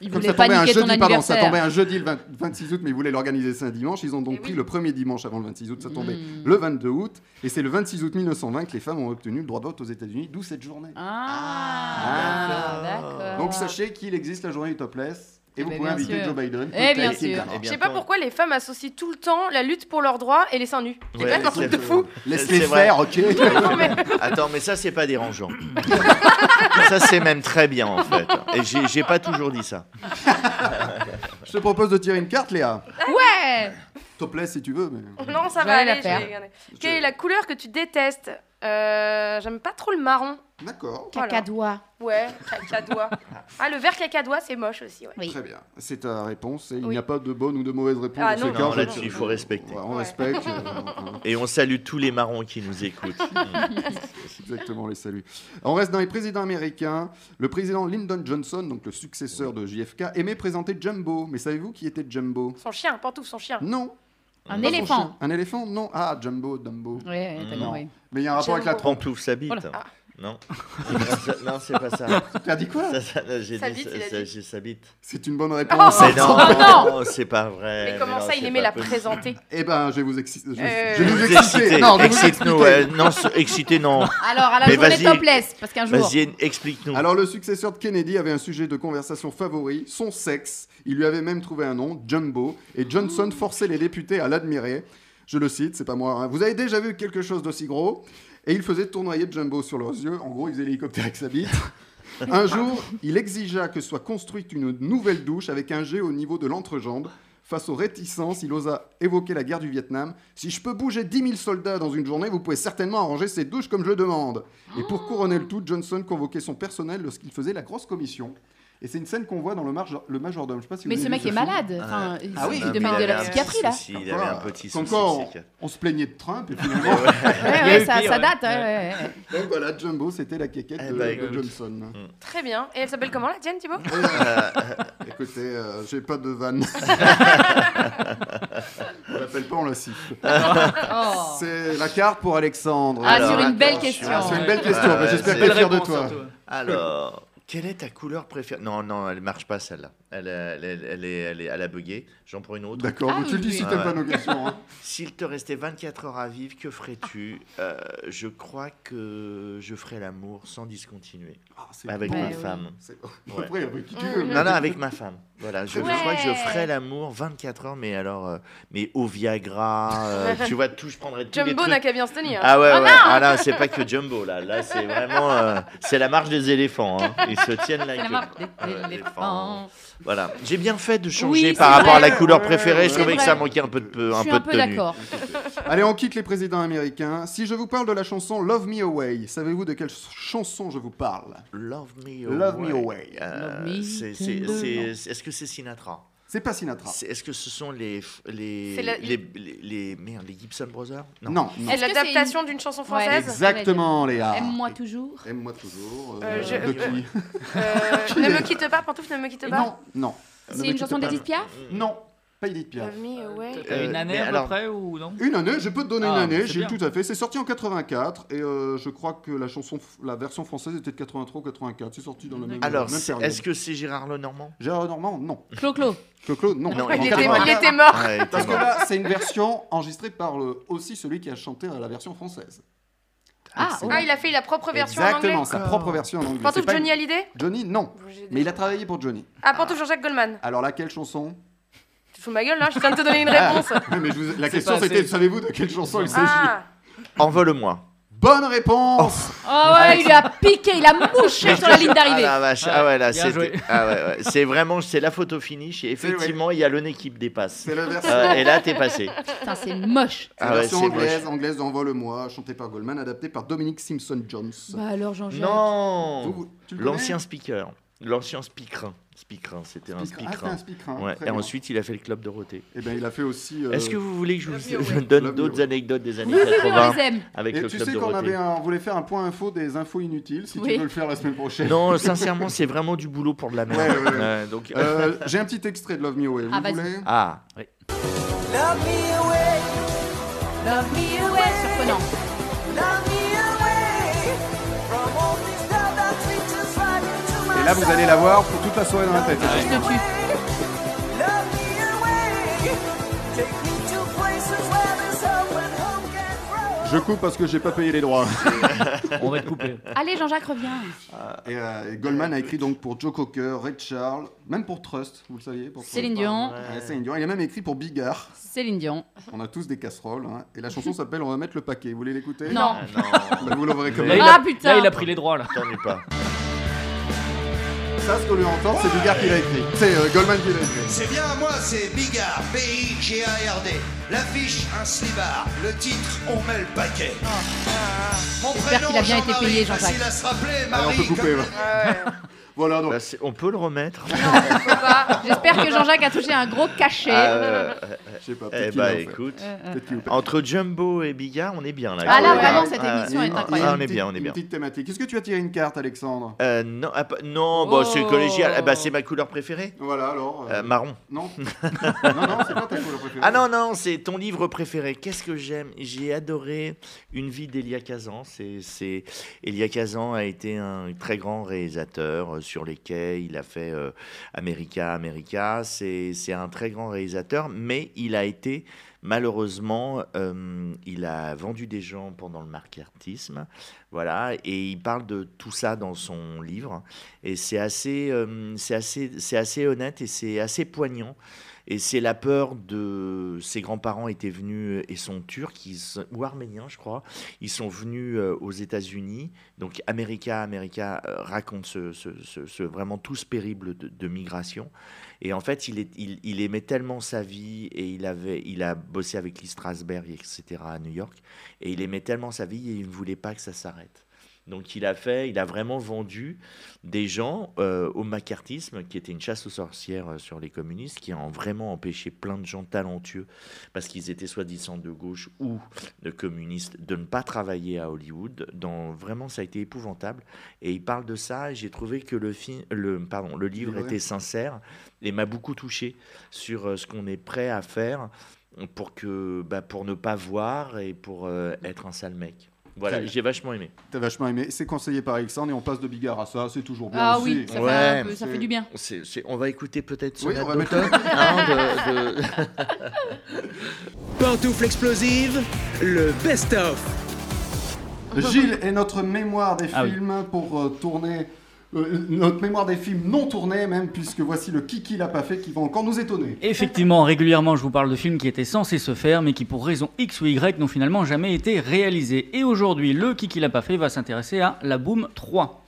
D: Ils
B: comme
D: voulaient
B: ça
D: pas
B: tombait un
D: niquer ton
B: jeudi, pardon, ça
D: anniversaire.
B: tombait un jeudi le 20 26 août, mais ils voulaient l'organiser ça un dimanche. Ils ont
D: Eh
B: donc pris le premier dimanche avant le 26 août, ça tombait
D: Mm.
B: le 22 août. Et c'est le 26 août 1920 que les femmes ont obtenu le droit de vote aux États-Unis, d'où cette journée.
D: Ah, d'accord.
B: Euh, Donc sachez qu'il existe la journée du topless et,
D: Eh
B: vous
D: ben,
B: pouvez
D: bien
B: inviter
D: sûr.
B: Joe Biden.
D: Eh
B: peut-être,
D: bien
B: s'il
D: sûr.
B: vient.
Y: Eh
G: Je
Y: bien,
G: sais pas
Y: attends.
G: pourquoi les femmes associent tout le temps la lutte pour leurs droits et les seins nus. C'est
Y: Ouais,
G: quand même un
Y: c'est-
G: truc de fou.
B: Laisse-les
Y: C'est
B: faire, ok.
G: Non, mais-
Y: Attends, mais ça c'est pas dérangeant. ça c'est même très bien en fait. Et j'ai, j'ai pas toujours dit ça.
B: Je te propose de tirer une carte, Léa.
G: Ouais
B: Topless si tu veux, mais.
G: Oh Non, ça
D: Je
G: va
D: vais la
G: aller. je vais
D: faire.
G: regarder. Quelle est la couleur que tu détestes Euh, J'aime pas trop le marron.
B: D'accord.
G: Voilà.
O: Cacadois.
G: Ouais, cacadois. Ah, le vert cacadois, c'est moche aussi, ouais.
B: Très bien. C'est ta réponse et il
G: Oui.
B: n'y a pas de bonne ou de mauvaise réponse.
G: Ah,
B: dans
G: non.
B: ce cas,
Y: Non,
B: je-
Y: là-dessus, il faut respecter.
B: Ouais, on respecte. euh,
Y: Et on salue tous les marrons qui nous écoutent.
B: Exactement, on les saluts. On reste dans les présidents américains. Le président Lyndon Johnson, donc le successeur de JFK, aimait présenter Jumbo. Mais savez-vous qui était Jumbo
G: Son chien, pantouf, son chien.
B: Non. Pas
D: Un
B: son
D: éléphant.
B: chien. Un éléphant Non. Ah, Jumbo, Dumbo.
D: Ouais, ouais, t'as
B: Non.
D: compris.
B: Mais il y a un rapport avec la
Y: Pantoufle sa bite.
D: Voilà.
Y: Non. Non, ça- non, c'est pas ça.
B: Tu as dit quoi
Y: Ça, ça, là, J'ai
G: Sa
Y: dit
G: bite, il a
Y: ça-
G: dit.
Y: j'ai sa bite.
B: C'est une bonne réponse.
G: réponse.
Y: Mais non,
G: Oh,
Y: non, c'est pas vrai.
G: Mais comment
Y: non,
G: ça, il
Y: c'est
G: aimait
Y: pas
G: la
Y: possible.
G: présenter
B: Eh ben, je vais vous exciter. Je,
G: Euh.
B: je vais vous
Y: Vous
B: exciter.
Y: excitez.
B: Non, je vais vous
Y: Excite-nous,
B: exciter.
Y: ouais. Non, ce- excité, non.
D: Alors, à la
Y: Mais
D: journée
Y: vas-y.
D: topless, parce qu'un jour.
Y: Vas-y, explique-nous.
B: Alors, le successeur de Kennedy avait un sujet de conversation favori, son sexe. Il lui avait même trouvé un nom, Jumbo, et Johnson forçait les députés à l'admirer. Je le cite, c'est pas moi. hein. Vous avez déjà vu quelque chose d'aussi gros Et il faisait tournoyer Jumbo sur leurs yeux. En gros, il faisait l'hélicoptère avec sa bite. Un jour, il exigea que soit construite une nouvelle douche avec un jet au niveau de l'entrejambe. Face aux réticences, il osa évoquer la guerre du Vietnam. Si je peux bouger 10 000 soldats dans une journée, vous pouvez certainement arranger ces douches comme je le demande. Et pour couronner le tout, Johnson convoquait son personnel lorsqu'il faisait la grosse commission. Et c'est une scène qu'on voit dans le, marge- le majordome. Je sais pas si vous
D: Mais
B: avez
D: ce
B: vu
D: mec est
B: film.
D: malade. Enfin, il
B: Ah oui,
D: s'occupe de
B: mais
D: mecs
B: il
D: de
B: avait
D: la
B: un
D: psychiatrie, là.
Y: souci, il avait un petit
B: Comme
Y: souci
B: quoi, on-
Y: psychique.
B: on, se plaignait de Trump et finalement.
D: Ouais, ouais, ça, ça date. hein, ouais, ouais, ouais.
B: Donc voilà, Jumbo, c'était la quéquette
Y: Eh
B: de,
Y: ben,
B: de
Y: écoute.
B: Johnson.
G: Très bien. Et elle s'appelle comment, la tienne, Thibaut
Y: Euh,
B: Écoutez, euh, j'ai pas de vanne. on l'appelle pas, on la siffle.
D: Oh.
B: C'est la carte pour Alexandre.
D: Ah, sur une belle question.
B: Ah, sur une belle question.
Y: Ah ouais,
B: J'espère
Y: c'est-
B: qu'elle est fière de toi.
Y: Alors, quelle est ta couleur préférée Non, non, elle marche pas celle-là. Elle, elle, elle, elle est, elle, est, elle a bugué. J'en prends une autre.
B: D'accord, Ah mais tu le oui, dis oui. si t'aimes
Y: Ah
B: pas
Y: ouais.
B: nos questions, hein.
Y: S'il te restait 24 heures à vivre, que ferais-tu Euh, Je crois que je ferais l'amour sans discontinuer.
B: Ah, c'est
Y: avec
B: beau.
Y: ma
B: Ouais,
Y: femme.
B: oui. C'est- Après, avec qui tu veux.
Y: Non, non, avec ma femme. Voilà, je, je crois que je
B: Ouais.
Y: ferais l'amour 24 heures, mais alors, euh, mais au Viagra, euh, tu vois, tout, je prendrais tous les
G: Jumbo
Y: trucs.
G: n'a qu'à bien se tenir.
Y: Ah ouais,
G: Oh
Y: ouais.
G: non
Y: Ah là, c'est pas que Jumbo là. Là, c'est vraiment, euh, c'est la marche des éléphants. hein. Ils se tiennent
D: C'est
Y: la
D: la
Y: queue.
D: marque des
Y: Ah ouais,
D: éléphants.
Y: Voilà. J'ai bien fait de
D: Oui,
Y: changer
D: c'est
Y: par rapport
D: vrai.
Y: à la couleur
D: Ouais,
Y: préférée. Je
D: c'est
Y: trouvais que
D: vrai.
Y: ça manquait un peu de, peu,
D: Je
Y: un
D: suis
Y: peu
D: un
Y: de
D: peu
Y: tenue.
D: d'accord.
B: Allez, on quitte les présidents américains. Si je vous parle de la chanson Love Me Away, savez-vous de quelle ch- chanson je vous parle
Y: Love Me
B: Love Me
Y: Away.
B: Away.
Y: Euh,
B: Love me
Y: c'est- c'est-
B: tender.
Y: c'est- c'est- Est-ce que c'est Sinatra
B: C'est pas Sinatra.
Y: C'est- Est-ce que ce sont les f- les
G: C'est la-
Y: les, les, les- merde, les Gibson Brothers
B: Non, non.
G: C'est
D: Est-ce que c'est
G: l'adaptation
D: une-
G: d'une chanson
D: Ouais.
G: française
B: Exactement, Léa.
D: Aime-moi toujours.
B: Aime-moi toujours.
G: Euh, je-
B: de qui
G: Euh, ne me quitte pas, Pantouf, ne me quitte pas.
B: Non, non.
D: C'est
B: Ne me
D: une
B: quitte
D: chanson
B: pas.
D: d'Edith Piaf
B: Non, pas Edith Piaf.
G: Love me away.
L: T'as une
B: Euh,
L: année
B: mais
L: à peu
B: alors-
L: près ou non
B: Une année, je peux te donner
L: Ah,
B: une année,
L: c'est
B: j'ai
L: bien.
B: tout à fait. C'est sorti en 84 et euh, je crois que la chanson, la version française était de 83 ou 84. C'est sorti dans la même,
Y: Alors,
B: même
Y: c'est-
B: période.
Y: est-ce que c'est Gérard Lenormand
B: Gérard Normand, non.
D: Clo-Clo.
B: Clo-Clo, non.
Y: Non,
B: En
Y: il était-
B: 84.
Y: il était mort.
L: Ah,
Y: Ouais, il était
B: Parce que
Y: mort.
B: là, c'est une version enregistrée par le- aussi celui qui a chanté euh, la version française.
G: Ah,
B: Excellent.
G: ah, il a fait la propre version en
B: Exactement,
G: anglais
B: sa propre version en anglais.
G: Pantouf,
B: C'est pas
G: Johnny Hallyday
B: Johnny, non. Mais il a travaillé pour Johnny.
G: Ah, Pantouf, Jean-Jacques Goldman.
B: Alors laquelle chanson
G: Tu te fous de ma gueule, là Je viens de te donner une réponse.
B: Ah, mais je vous- La
Y: C'est
B: question
Y: pas assez.
B: c'était, savez-vous de quelle chanson il s'agit
G: Ah
Y: Envole-moi.
B: Bonne réponse
D: Oh ouais, il lui a piqué, il a mouché sur la ligne d'arrivée.
Y: Ah la vache, ah ouais, là,
L: Bien
Y: c'était-
L: joué.
Y: ah ouais, ouais. c'est vraiment, c'est la photo finish et effectivement, il y a le nez qui dépasse.
B: le verso.
Y: Euh, et là, t'es passé.
D: Putain, c'est moche.
B: C'est
Y: Ah
B: la
Y: ouais,
B: version
Y: c'est
B: anglaise, anglaise d'Envole-moi, chantée par Goldman, adaptée par Dominic Simpson-Jones.
D: Bah alors, Jean-Jacques.
Y: Non,
B: Vous- tu le
Y: l'ancien speaker, l'ancien speakerin, speakerin, c'était un
B: Speakerin. Ah,
Y: speakerin.
B: c'était un speakerin,
Y: Ouais,
B: très
Y: Et
B: bien.
Y: ensuite, il a fait le club Dorothée.
B: Et ben, il a fait aussi. euh,
Y: Est-ce que vous voulez que je vous
B: Love Me
Y: je
B: Away.
Y: donne
B: Love Me
Y: d'autres
B: Away.
Y: anecdotes des années
D: Oui, oui, oui, on
Y: 80
D: les aime.
Y: avec
B: Et
Y: le
B: tu
Y: club
B: sais qu'on
Y: Dorothée
B: avait un- on voulait faire un point info des infos inutiles, si
D: Oui.
B: tu veux le faire la semaine prochaine.
Y: Non, sincèrement, c'est vraiment du boulot pour de la merde.
B: Ouais, ouais, ouais.
Y: Ouais, donc...
B: Euh, J'ai un petit extrait de Love Me Away, vous
D: Ah, vas-y.
B: voulez
Y: Ah, oui.
K: Love me away. Love me away.
D: Surprenant.
K: Love me away. From all things that I treat just right into my
B: Et là, vous allez l'avoir pour toute la soirée dans la tête.
K: Je te tue. Love me away. Take me to places where there's hope and hope can grow.
B: Je coupe parce que j'ai pas payé les droits.
L: On va te couper.
D: Allez, Jean-Jacques, reviens.
B: Et, euh, et Goldman a écrit donc pour Joe Cocker, Ray Charles, même pour Trust, vous le saviez. Pour
D: Céline Dion.
B: Ouais, Céline Dion. Il a même écrit pour Bigard.
D: Céline Dion.
B: On a tous des casseroles. hein. Et la chanson s'appelle On va mettre le paquet. Vous voulez l'écouter
D: Non.
Y: Ah, non.
B: Bah, vous l'aurez comme
L: Là,
B: ça.
L: il a-
D: Ah, putain.
L: Là, il a pris les droits là.
Y: T'en es pas.
B: Ça, ce qu'on lui entend, c'est Bigard qui l'a écrit. C'est euh, Goldman qui l'a écrit.
N: C'est bien à moi, c'est Bigard, B-I-G-A-R-D. L'affiche, un slibard. Le titre, on met le paquet. Mon
D: Oh. J'espère qu'il a bien été payé, Jean-Jacques.
N: facile à se rappeler,
B: Allez, on
N: Marie.
B: peut couper,
N: comme-
B: ouais. Voilà, donc.
Y: on peut le remettre.
D: J'espère que Jean-Jacques a touché un gros cachet.
L: Ah,
Y: Euh,
B: Je sais pas,
Y: eh
B: peut-être qu'il
Y: bah
B: l'a fait.
Y: écoute,
D: Euh,
B: Peut-être qu'il l'a fait.
Y: entre Jumbo et Bigard, on est bien là.
D: Ah, là,
Y: Ouais.
D: vraiment, cette
Y: Ah,
D: émission
Y: ah,
D: est incroyable.
Y: ah, on est bien, on est
B: Une
Y: bien.
B: petite thématique. Est-ce que tu as tiré une carte, Alexandre
Y: Euh, non, ah, pas- non bah, c'est
B: Oh.
Y: collégial. Ah, bah, c'est ma couleur préférée.
B: Voilà, alors.
Y: Euh, marron.
B: Non. non, non, c'est pas ta couleur préférée.
Y: Ah non, non, c'est ton livre préféré. Qu'est-ce que j'aime J'ai adoré Une vie d'Elia Kazan. C'est- c'est- Elia Kazan a été un très grand réalisateur euh, sur les quais. Il a fait euh, America, America. C'est c'est un très grand réalisateur, mais il a été, malheureusement, euh, il a vendu des gens pendant le marquartisme. Voilà, et il parle de tout ça dans son livre. Et c'est assez, euh, c'est assez, c'est assez honnête et c'est assez poignant. Et c'est la peur de ses grands-parents étaient venus euh, et sont turcs ils sont- ou arméniens, je crois. Ils sont venus euh, aux États-Unis. Donc, America, America euh, raconte ce, ce- ce- ce- vraiment tout ce périple de, de migration. Et en fait, il, est, il, il aimait tellement sa vie et il, avait, il a bossé avec Lee Strasberg, etc. à New York. Et il aimait tellement sa vie et il ne voulait pas que ça s'arrête. Donc il a fait, il a vraiment vendu des gens euh, au macartisme, qui était une chasse aux sorcières euh, sur les communistes, qui a en- vraiment empêché plein de gens talentueux, parce qu'ils étaient soi-disant de gauche ou de communistes, de ne pas travailler à Hollywood. Dans, vraiment, ça a été épouvantable. Et il parle de ça, et j'ai trouvé que le, film, le, pardon, le livre
S: Livre, ouais.
Y: était sincère et m'a beaucoup touché sur euh, ce qu'on est prêt à faire pour, que, bah, pour ne pas voir et pour euh, être un sale mec. Voilà,
B: Très bien.
Y: j'ai vachement aimé.
B: T'as vachement aimé. C'est conseillé par Alexandre et on passe de Bigard à ça. C'est toujours bien.
D: Ah
B: aussi.
D: oui, ça fait un peu- ça fait du bien.
Y: C'est- c'est- on va écouter peut-être
B: Oui,
Y: Sonate
B: on va mettre-
Y: d'automne, hein, de- de-
A: Pantoufle explosive, le best-of.
B: Gilles et notre mémoire des
A: Ah oui.
B: films pour euh, tourner. euh, notre mémoire des films non tournés, même, puisque voici le Kiki l'a pas fait qui va encore nous étonner.
L: Effectivement, régulièrement, je vous parle de films qui étaient censés se faire, mais qui pour raison X ou Y n'ont finalement jamais été réalisés. Et aujourd'hui, le qui qui l'a pas fait va s'intéresser à La Boom 3.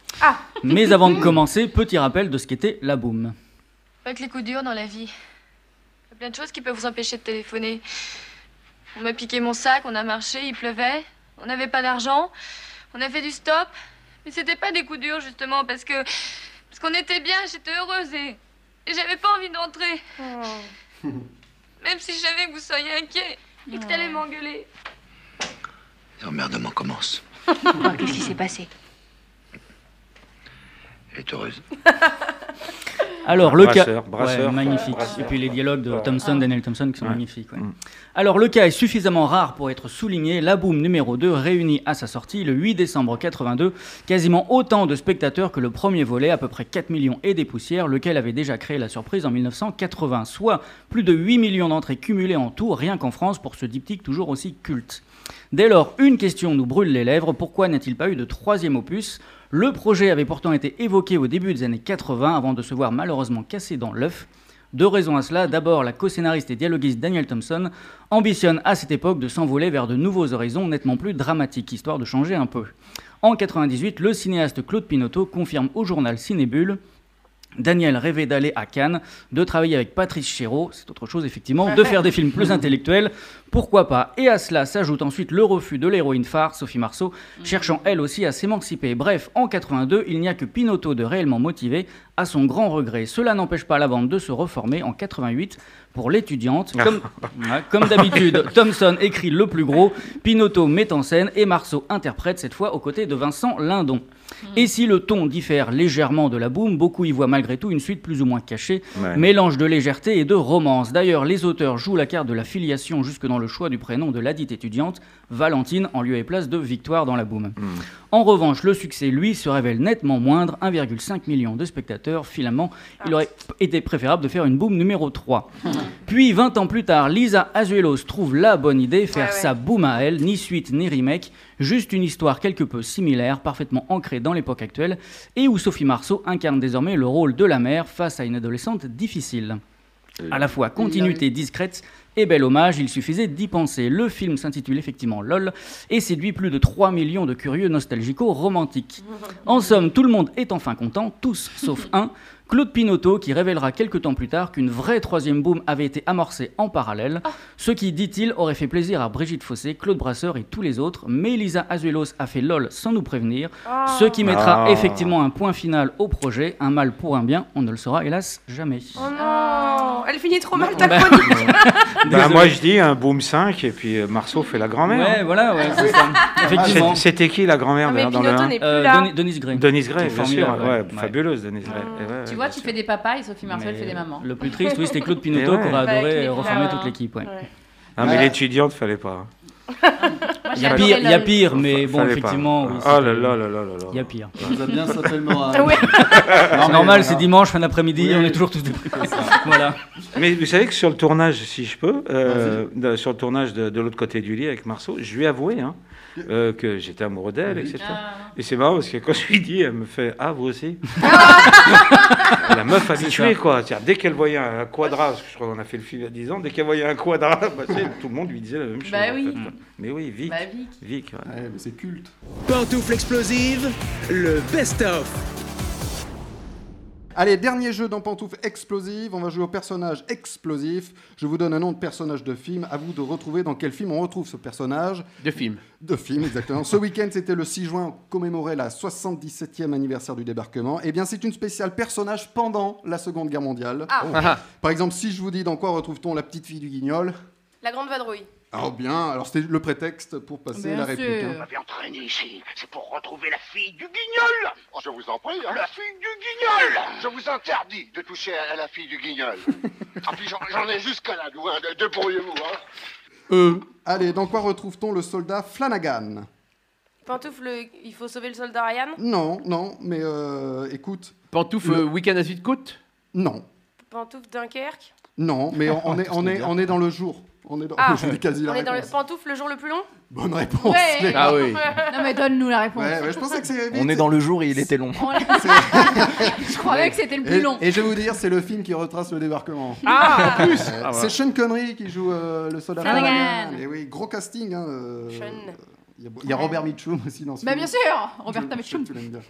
L: Mais avant de commencer, petit rappel de ce qu'était La Boom.
H: Avec les coups durs dans la vie. Il y a plein de choses qui peuvent vous empêcher de téléphoner. On m'a piqué mon sac, on a marché, il pleuvait, on n'avait pas d'argent, on a fait du stop. Mais c'était pas des coups durs justement parce que parce qu'on était bien, j'étais heureuse et, et j'avais pas envie d'entrer.
D: Oh.
H: Même si je savais que vous seriez inquiet et que t'allais m'engueuler.
J: L'emmerdement commence.
H: Qu'est-ce qui s'est passé
J: Elle est heureuse.
L: Alors, le
E: Brasseur,
L: cas.
E: brasseur,
L: Ouais, magnifique.
E: brasseur.
L: Et puis les dialogues de
E: Ouais.
L: Thompson, Daniel Thompson, qui sont
E: Ouais.
L: magnifiques. ouais. Alors, le cas est suffisamment rare pour être souligné. La Boom numéro 2 réunit à sa sortie le 8 décembre 82 quasiment autant de spectateurs que le premier volet, à peu près 4 millions et des poussières, lequel avait déjà créé la surprise en 1980, soit plus de 8 millions d'entrées cumulées en tout, rien qu'en France, pour ce diptyque toujours aussi culte. Dès lors, une question nous brûle les lèvres, pourquoi n'a-t-il pas eu de troisième opus Le projet avait pourtant été évoqué au début des années 80 avant de se voir malheureusement cassé dans l'œuf. Deux raisons à cela. D'abord, la co-scénariste et dialoguiste Daniel Thompson ambitionne à cette époque de s'envoler vers de nouveaux horizons nettement plus dramatiques, histoire de changer un peu. En 98, le cinéaste Claude Pinoteau confirme au journal Cinébule Daniel rêvait d'aller à Cannes, de travailler avec Patrice Chéreau, c'est autre chose effectivement, de faire des films plus intellectuels, pourquoi pas Et à cela s'ajoute ensuite le refus de l'héroïne phare, Sophie Marceau, cherchant elle aussi à s'émanciper. Bref, en 82, il n'y a que Pinotto de réellement motivé, à son grand regret. Cela n'empêche pas la bande de se reformer en 88 pour l'étudiante.
K: Ah.
B: Ah.
L: Comme, Ouais, Hein, comme d'habitude, Thompson écrit le plus gros, Pinotto met en scène et Marceau interprète cette fois aux côtés de Vincent Lindon. Et si le ton diffère légèrement de la boom, beaucoup y voient malgré tout une suite plus ou moins cachée,
S: Ouais.
L: mélange de légèreté et de romance. D'ailleurs, les auteurs jouent la carte de la filiation jusque dans le choix du prénom de ladite étudiante, Valentine, en lieu et place de Victoire dans la boom. En revanche, le succès, lui, se révèle nettement moindre, 1,5 million de spectateurs. Finalement, il aurait été préférable de faire une boom numéro 3. Puis, 20 ans plus tard, Lisa Azuelos trouve la bonne idée, faire sa boom à elle, ni suite ni remake, juste une histoire quelque peu similaire, parfaitement ancrée dans l'époque actuelle, et où Sophie Marceau incarne désormais le rôle de la mère face à une adolescente difficile. À la fois continuité discrète et bel hommage, il suffisait d'y penser. Le film s'intitule effectivement LOL et séduit plus de 3 millions de curieux nostalgico-romantiques. En somme, tout le monde est enfin content, tous sauf un, Claude Pinoteau qui révélera quelques temps plus tard qu'une vraie troisième boom avait été amorcée en parallèle, ce qui, dit-il, aurait fait plaisir à Brigitte Fossé, Claude Brasseur et tous les autres, mais Elisa Azuelos a fait LOL sans nous prévenir, ce qui mettra
Y: Ah.
L: effectivement un point final au projet, un mal pour un bien, on ne le saura hélas jamais.
G: Oh non Elle finit trop mal ta
L: Bah.
G: chronique
P: Bah,
L: Désolé.
P: moi je dis un boom 5 et puis euh, Marceau fait la grand-mère.
L: Ouais,
P: hein.
L: voilà, ouais, c'est ça. Effectivement.
P: C'est- C'était qui la grand-mère
L: Ah, mais
P: d'ailleurs dans le
L: Pinoteau
P: 1
L: n'est plus Euh, là. Deni- Denise Gray.
P: Denise Gray,
L: Qui est
P: bien sûr.
L: formidable,
P: ouais,
L: ouais.
P: Fabuleuse, Denise Gray. Et ouais,
D: Tu
P: ouais.
D: vois, tu fais des papas et Sophie Marceau, elle fait des mamans.
L: Le plus triste, oui, c'était Claude Pinoteau
P: Et ouais.
L: qui aurait
D: Bah, avec
L: adoré euh,
D: les
L: reformer
D: frères,
L: toute l'équipe. Ouais.
D: ouais.
P: Ah, mais
L: Ouais.
P: l'étudiante, fallait pas. hein.
L: Il y a pire, il y a pire, mais bon,
P: Fallait pas.
L: effectivement. oui,
P: Ah
L: c'était-
P: là là là là là là.
L: Il y a pire.
P: Ça nous a bien sapé le moral.
L: Non,
P: Ouais.
L: mais
P: voilà.
L: normal, c'est dimanche, fin d'après-midi,
P: Oui.
L: on est toujours tous déprimés. voilà.
P: Mais vous savez que sur le tournage, si je peux, euh, de- sur le tournage de, de l'autre côté du lit avec Marceau, je lui ai avoué hein, euh, que j'étais amoureux d'elle, etc. Et c'est marrant parce que quand je lui dis, elle me fait Ah, vous aussi La meuf habituée,
L: ça.
P: quoi. C'est-à-dire, dès qu'elle voyait un quadra, parce que je crois qu'on a fait le film il y a 10 ans, dès qu'elle voyait un quadra, bah, c'est- tout le monde lui disait la même chose.
D: Bah
P: en
D: oui.
P: fait, quoi. Mais oui, Vic.
D: Bah, Vic.
P: Vic, ouais.
B: mais c'est culte.
A: Pantoufle explosive, le best-of.
B: Allez, dernier jeu dans Pantoufle Explosive. On va jouer au personnage explosif. Je vous donne un nom de personnage de film. À vous de retrouver dans quel film on retrouve ce personnage.
E: De film.
B: De film, exactement. ce week-end, c'était le 6 juin. On commémorait la 77e anniversaire du débarquement. Eh bien, c'est une spéciale personnage pendant la Seconde Guerre mondiale. Oh.
G: Ah.
B: Par exemple, si je vous dis dans quoi retrouve-t-on la petite fille du guignol
G: La grande vadrouille.
B: Ah bien, alors c'était le prétexte pour passer la réplique. hein.
I: Vous m'avez entraîné ici. C'est pour retrouver la fille du guignol. Oh, Je vous en prie. La fille du guignol. Je vous interdis de toucher à la fille du guignol. ah puis j'en- j'en ai jusqu'à là. vous, hein. Débrouillez-vous. Hein.
B: Euh, Allez, dans quoi retrouve-t-on le soldat Flanagan
G: Pantoufle, il faut sauver le soldat Ryan
B: Non, non, mais euh, écoute.
E: Pantoufle
B: Le-
E: week-end à suite côte
B: Non,
G: Pantoufle Dunkerque
B: non, mais on, on est, on, est, on est dans le jour. On est dans, je dis quasi la
G: Ah. on est dans le
B: réponse.
G: pantoufle le jour le plus long
B: Bonne réponse. les
G: Ah
B: gars.
D: Non, mais donne-nous la réponse.
B: Ouais, ouais, je pensais que c'est vite.
X: On est dans le jour et il était long.
D: Je croyais que c'était le plus
B: et,
D: long.
B: et je vais vous dire, c'est le film qui retrace le débarquement.
D: Ah,
B: en plus
X: Ah,
B: C'est
X: voilà.
B: Sean Connery qui joue euh, le soldat
D: Flanagan.
B: Flanagan. Et oui, gros casting. hein, euh, Il y a- il y, a Robert Mitchum aussi dans ce
D: Bah,
B: film.
D: bien sûr, Roberta Mitchum.
B: tu l'aimes bien.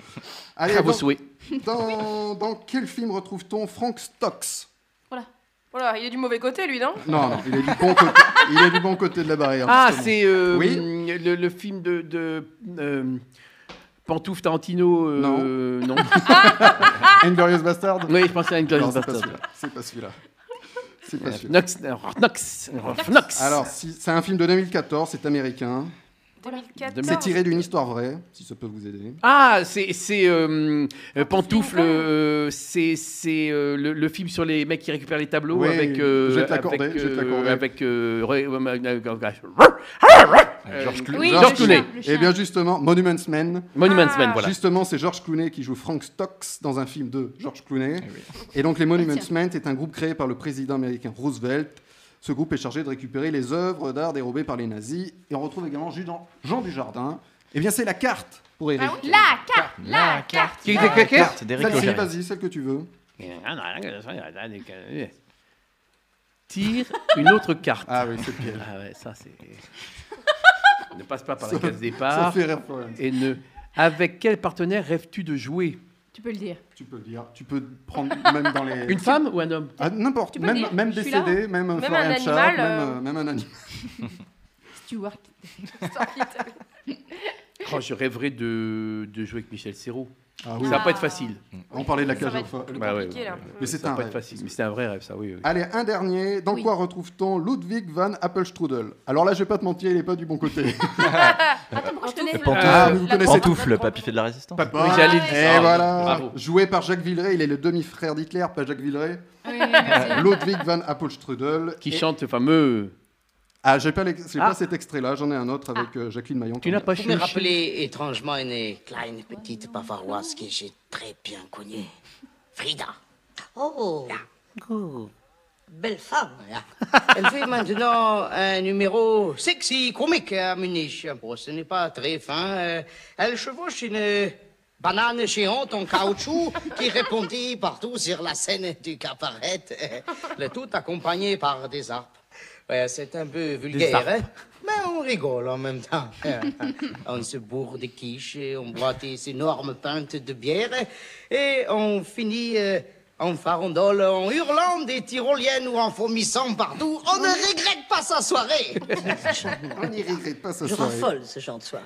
B: Allez,
E: À vos
B: dans-
E: souhaits.
B: Dans, dans quel film retrouve-t-on Frank Stocks
G: Voilà. Voilà, Oh il est du mauvais côté lui, non
B: Non, non, il est du bon côté, il est du bon côté de la barrière.
E: Ah,
B: justement.
E: c'est euh,
B: Oui
E: le, le film de, de euh, Pantouf Tarantino. euh, non.
B: Inglorious Bastard
E: Oui, je pensais à Inglorious
B: Non, c'est pas
E: Bastard.
B: celui-là, C'est pas celui-là. C'est pas
E: Euh,
B: celui-là.
E: Knox, Knox, Knox. Knox.
B: Alors, si- c'est un film de 2014, c'est américain.
G: 2014.
B: C'est tiré d'une histoire vraie, si ça peut vous aider.
E: Ah, c'est c'est euh, euh, pantoufle, euh, c'est c'est euh, le, le film sur les mecs qui récupèrent les tableaux
B: Oui,
E: avec euh,
B: je vais te
E: avec
B: l'accorder, je vais te l'accorder.
E: euh, avec euh, Ray- euh,
B: George Clooney.
E: George Clooney.
B: Et Eh bien justement, Monuments Men.
E: Monuments Men, voilà.
B: Justement, c'est George Clooney qui joue Frank Stocks dans un film de George Clooney.
E: Eh
B: Et donc, les Monuments Men est un groupe créé par le président américain Roosevelt. Ce groupe est chargé de récupérer les œuvres d'art dérobées par les nazis. Et on retrouve également Ju- Jean, Jean Dujardin. Et bien, c'est la carte pour Eric.
D: Ah La carte, la carte.
B: Qui-
D: la
B: qui- qui- qui-
D: carte.
B: Celle-ci, Vas-y, celle que tu veux.
E: uh, Tire une autre carte.
B: Ah oui, c'est lequel
E: Ah ouais, ça c'est. ne passe pas par la
B: Ça-
E: case départ.
B: ça fait rire, Florence.
E: et ne. Avec quel partenaire rêves-tu de jouer
D: Tu peux le dire.
B: Tu peux le dire. Tu peux prendre même dans les.
E: Une femme ou un homme
B: Ah, N'importe.
D: Tu peux
B: Même,
D: le dire,
B: même
D: je suis là.
B: décédé, même,
D: Même
B: Florian
D: un
B: Tchap,
D: animal,
B: même,
D: euh,
B: euh, même un animal.
D: Stewart.
E: Oh, je rêverais de, de jouer avec Michel Serrault.
B: Ah oui.
E: Ça va pas
B: Ah.
E: être facile. Bah
B: On parlait de la cage Ça va aux être folles. plus compliqué, là. Mais
E: Mais
B: c'est
E: ça
B: un
E: va pas
B: rêve.
E: être facile. Mais c'était un vrai rêve, ça, oui. oui.
B: Allez, un dernier. Dans quoi retrouve-t-on Ludwig van Appelstrudel Alors là, je vais pas te mentir, il est pas du bon côté. Ah, vous connaissez-
X: Pantoufle, papy fait de la résistance.
B: Papa. Et voilà. Joué par Jacques Villeray, il est le demi-frère d'Hitler, pas Jacques Villeray.
E: merci.
B: Ludwig van Appelstrudel.
E: Qui chante ce fameux.
B: Ah, j'ai pas, l'ex- j'ai
E: Ah.
B: pas cet extrait-là, j'en ai un autre avec euh, Jacqueline Maillon.
E: Tu n'as pas
Z: Vous me rappelez étrangement une kleine petite bavaroise que j'ai très bien connue. Frida. Oh, belle femme. Elle fait maintenant un numéro sexy, comique à Munich. Bon, ce n'est pas très fin. euh, Elle chevauche une banane géante en caoutchouc qui répondit partout sur la scène du cabaret, euh, le tout accompagné par des arbres. Ouais, c'est un peu vulgaire, arbres. hein mais on rigole en même temps. on se bourre de quiche, et on boit des énormes pintes de bière et on finit euh, en farandole, en hurlant des tyroliennes ou en vomissant partout. On ne regrette pas sa soirée.
B: On n'y regrette pas sa
Z: Je
B: soirée.
Z: raffole ce genre de soirée.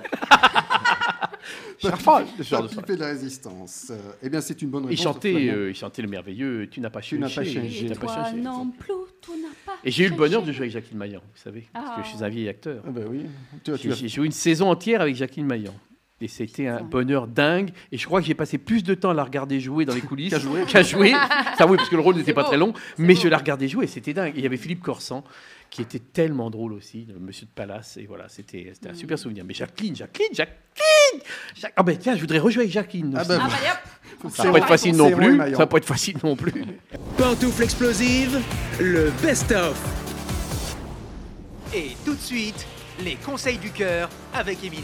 B: Pas pipé de la résistance. Euh, eh bien, c'est une bonne
E: Il
B: réponse.
E: chantait,
B: finalement.
E: euh, il chantait le merveilleux Tu n'as pas changé.
B: n'as pas changé.
E: tu n'as pas
B: Toi
E: changé.
D: non plus, tout n'a pas.
E: Et j'ai eu le bonheur de
D: changé.
E: jouer avec Jacqueline Maillan, vous savez, parce que
D: Ah.
E: je suis un vieil acteur.
B: Ah bah oui. Tu as- tu
E: J'ai
B: as-
E: j'ai joué une saison entière avec Jacqueline Maillan. Et c'était un bonheur dingue. Et je crois que j'ai passé plus de temps à la regarder jouer dans les coulisses qu'à
B: jouer.
E: jouer. Ça oui, parce que le rôle n'était
B: C'est
E: pas
B: beau.
E: très long. Mais je la regardais jouer et c'était dingue. Et il y avait Philippe Corsan qui était tellement drôle aussi, le monsieur de Palace. Et voilà, c'était c'était un super souvenir. Mais Jacqueline, Jacqueline, Jacqueline Jac- Ah ben tiens, je voudrais rejouer avec Jacqueline.
A: Ah
E: aussi.
A: bah,
B: ben,
A: Ah bah, hop.
E: Ça va pas être facile non
A: C'est Roy
E: plus. Ça
A: Maillan.
E: va pas être facile non plus.
A: Pantoufle explosive, le best-of.
C: Et tout de suite, les conseils du cœur avec Émilie.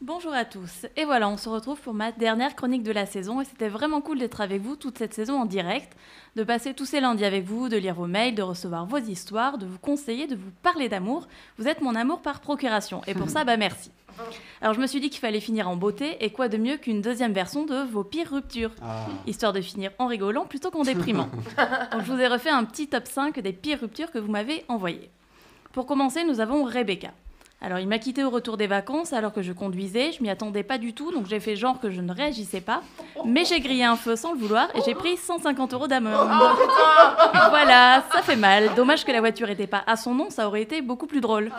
R: Bonjour à tous. Et voilà, on se retrouve pour ma dernière chronique de la saison. Et c'était vraiment cool d'être avec vous toute cette saison en direct, de passer tous ces lundis avec vous, de lire vos mails, de recevoir vos histoires, de vous conseiller, de vous parler d'amour. Vous êtes mon amour par procuration. Et pour ça, bah merci. Alors je me suis dit qu'il fallait finir en beauté. Et quoi de mieux qu'une deuxième version de vos pires ruptures Histoire de finir en rigolant plutôt qu'en déprimant. Donc je vous ai refait un petit top 5 des pires ruptures que vous m'avez envoyées. Pour commencer, nous avons Rebecca. Alors, il m'a quitté au retour des vacances alors que je conduisais, je m'y attendais pas du tout, donc j'ai fait genre que je ne réagissais pas. Mais j'ai grillé un feu sans le vouloir et j'ai pris 150 euros d'amende. voilà, ça fait mal. Dommage que la voiture n'était pas à son nom, ça aurait été beaucoup plus drôle.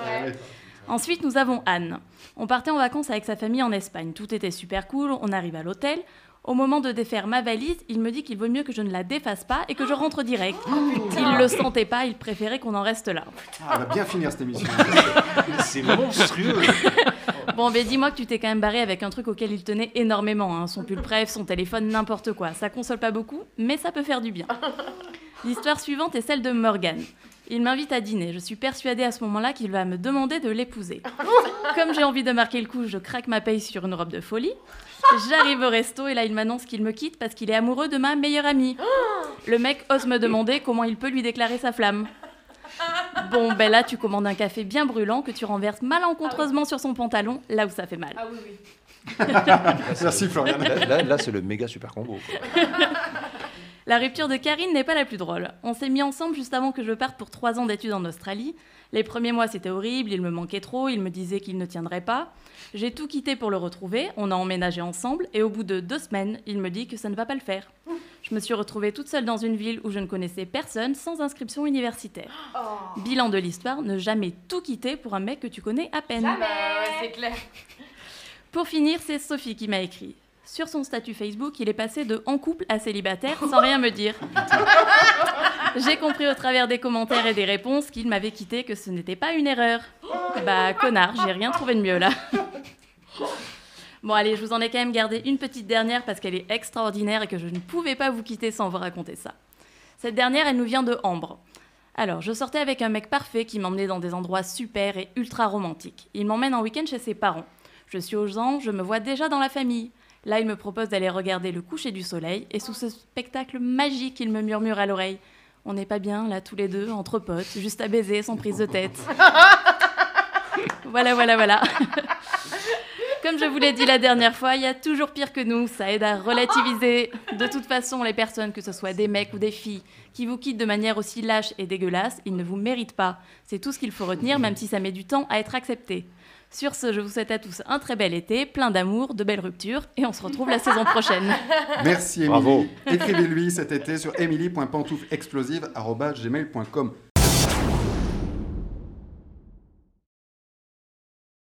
R: Ensuite, nous avons Anne. On partait en vacances avec sa famille en Espagne. Tout était super cool, on arrive à l'hôtel. Au moment de défaire ma valise, il me dit qu'il vaut mieux que je ne la défasse pas et que je rentre direct. il le sentait pas, il préférait qu'on en reste là.
B: Ah, on va bien finir cette émission.
C: C'est monstrueux.
R: Bon, ben dis-moi que tu t'es quand même barré avec un truc auquel il tenait énormément. hein. Son pull bref, son téléphone, n'importe quoi. Ça console pas beaucoup, mais ça peut faire du bien. L'histoire suivante est celle de Morgan. Il m'invite à dîner. Je suis persuadée à ce moment-là qu'il va me demander de l'épouser. Comme j'ai envie de marquer le coup, je craque ma paye sur une robe de folie. J'arrive au resto et là, il m'annonce qu'il me quitte parce qu'il est amoureux de ma meilleure amie. Le mec ose me demander comment il peut lui déclarer sa flamme. Bon, ben là, tu commandes un café bien brûlant que tu renverses malencontreusement sur son pantalon, là où ça fait mal.
B: Merci, Florian.
U: Là, là- là, c'est le méga super combo. quoi.
R: La rupture de Karine n'est pas la plus drôle. On s'est mis ensemble juste avant que je parte pour trois ans d'études en Australie. Les premiers mois, c'était horrible, il me manquait trop, il me disait qu'il ne tiendrait pas. J'ai tout quitté pour le retrouver, on a emménagé ensemble, et au bout de deux semaines, il me dit que ça ne va pas le faire. Je me suis retrouvée toute seule dans une ville où je ne connaissais personne, sans inscription universitaire. Bilan de l'histoire, ne jamais tout quitter pour un mec que tu connais à peine.
D: Ah
G: c'est clair.
R: Pour finir, c'est Sophie qui m'a écrit. Sur son statut Facebook, il est passé de en couple à célibataire sans rien me dire. J'ai compris au travers des commentaires et des réponses qu'il m'avait quitté que ce n'était pas une erreur. Bah connard, j'ai rien trouvé de mieux là. Bon allez, je vous en ai quand même gardé une petite dernière parce qu'elle est extraordinaire et que je ne pouvais pas vous quitter sans vous raconter ça. Cette dernière, elle nous vient de Ambre. Alors, je sortais avec un mec parfait qui m'emmenait dans des endroits super et ultra romantiques. Il m'emmène en week-end chez ses parents. Je suis aux anges, je me vois déjà dans la famille. Là, il me propose d'aller regarder le coucher du soleil et sous ce spectacle magique, il me murmure à l'oreille On n'est pas bien là tous les deux, entre potes, juste à baiser sans prise de tête. voilà, voilà, voilà. Comme je vous l'ai dit la dernière fois, il y a toujours pire que nous, ça aide à relativiser. De toute façon, les personnes, que ce soit des mecs ou des filles, qui vous quittent de manière aussi lâche et dégueulasse, ils ne vous méritent pas. C'est tout ce qu'il faut retenir, même si ça met du temps à être accepté. Sur ce, je vous souhaite à tous un très bel été, plein d'amour, de belles ruptures, et on se retrouve la saison prochaine.
B: Merci, Émilie.
U: Bravo.
B: Écrivez-lui cet été sur emily.pantouflexplosive.com.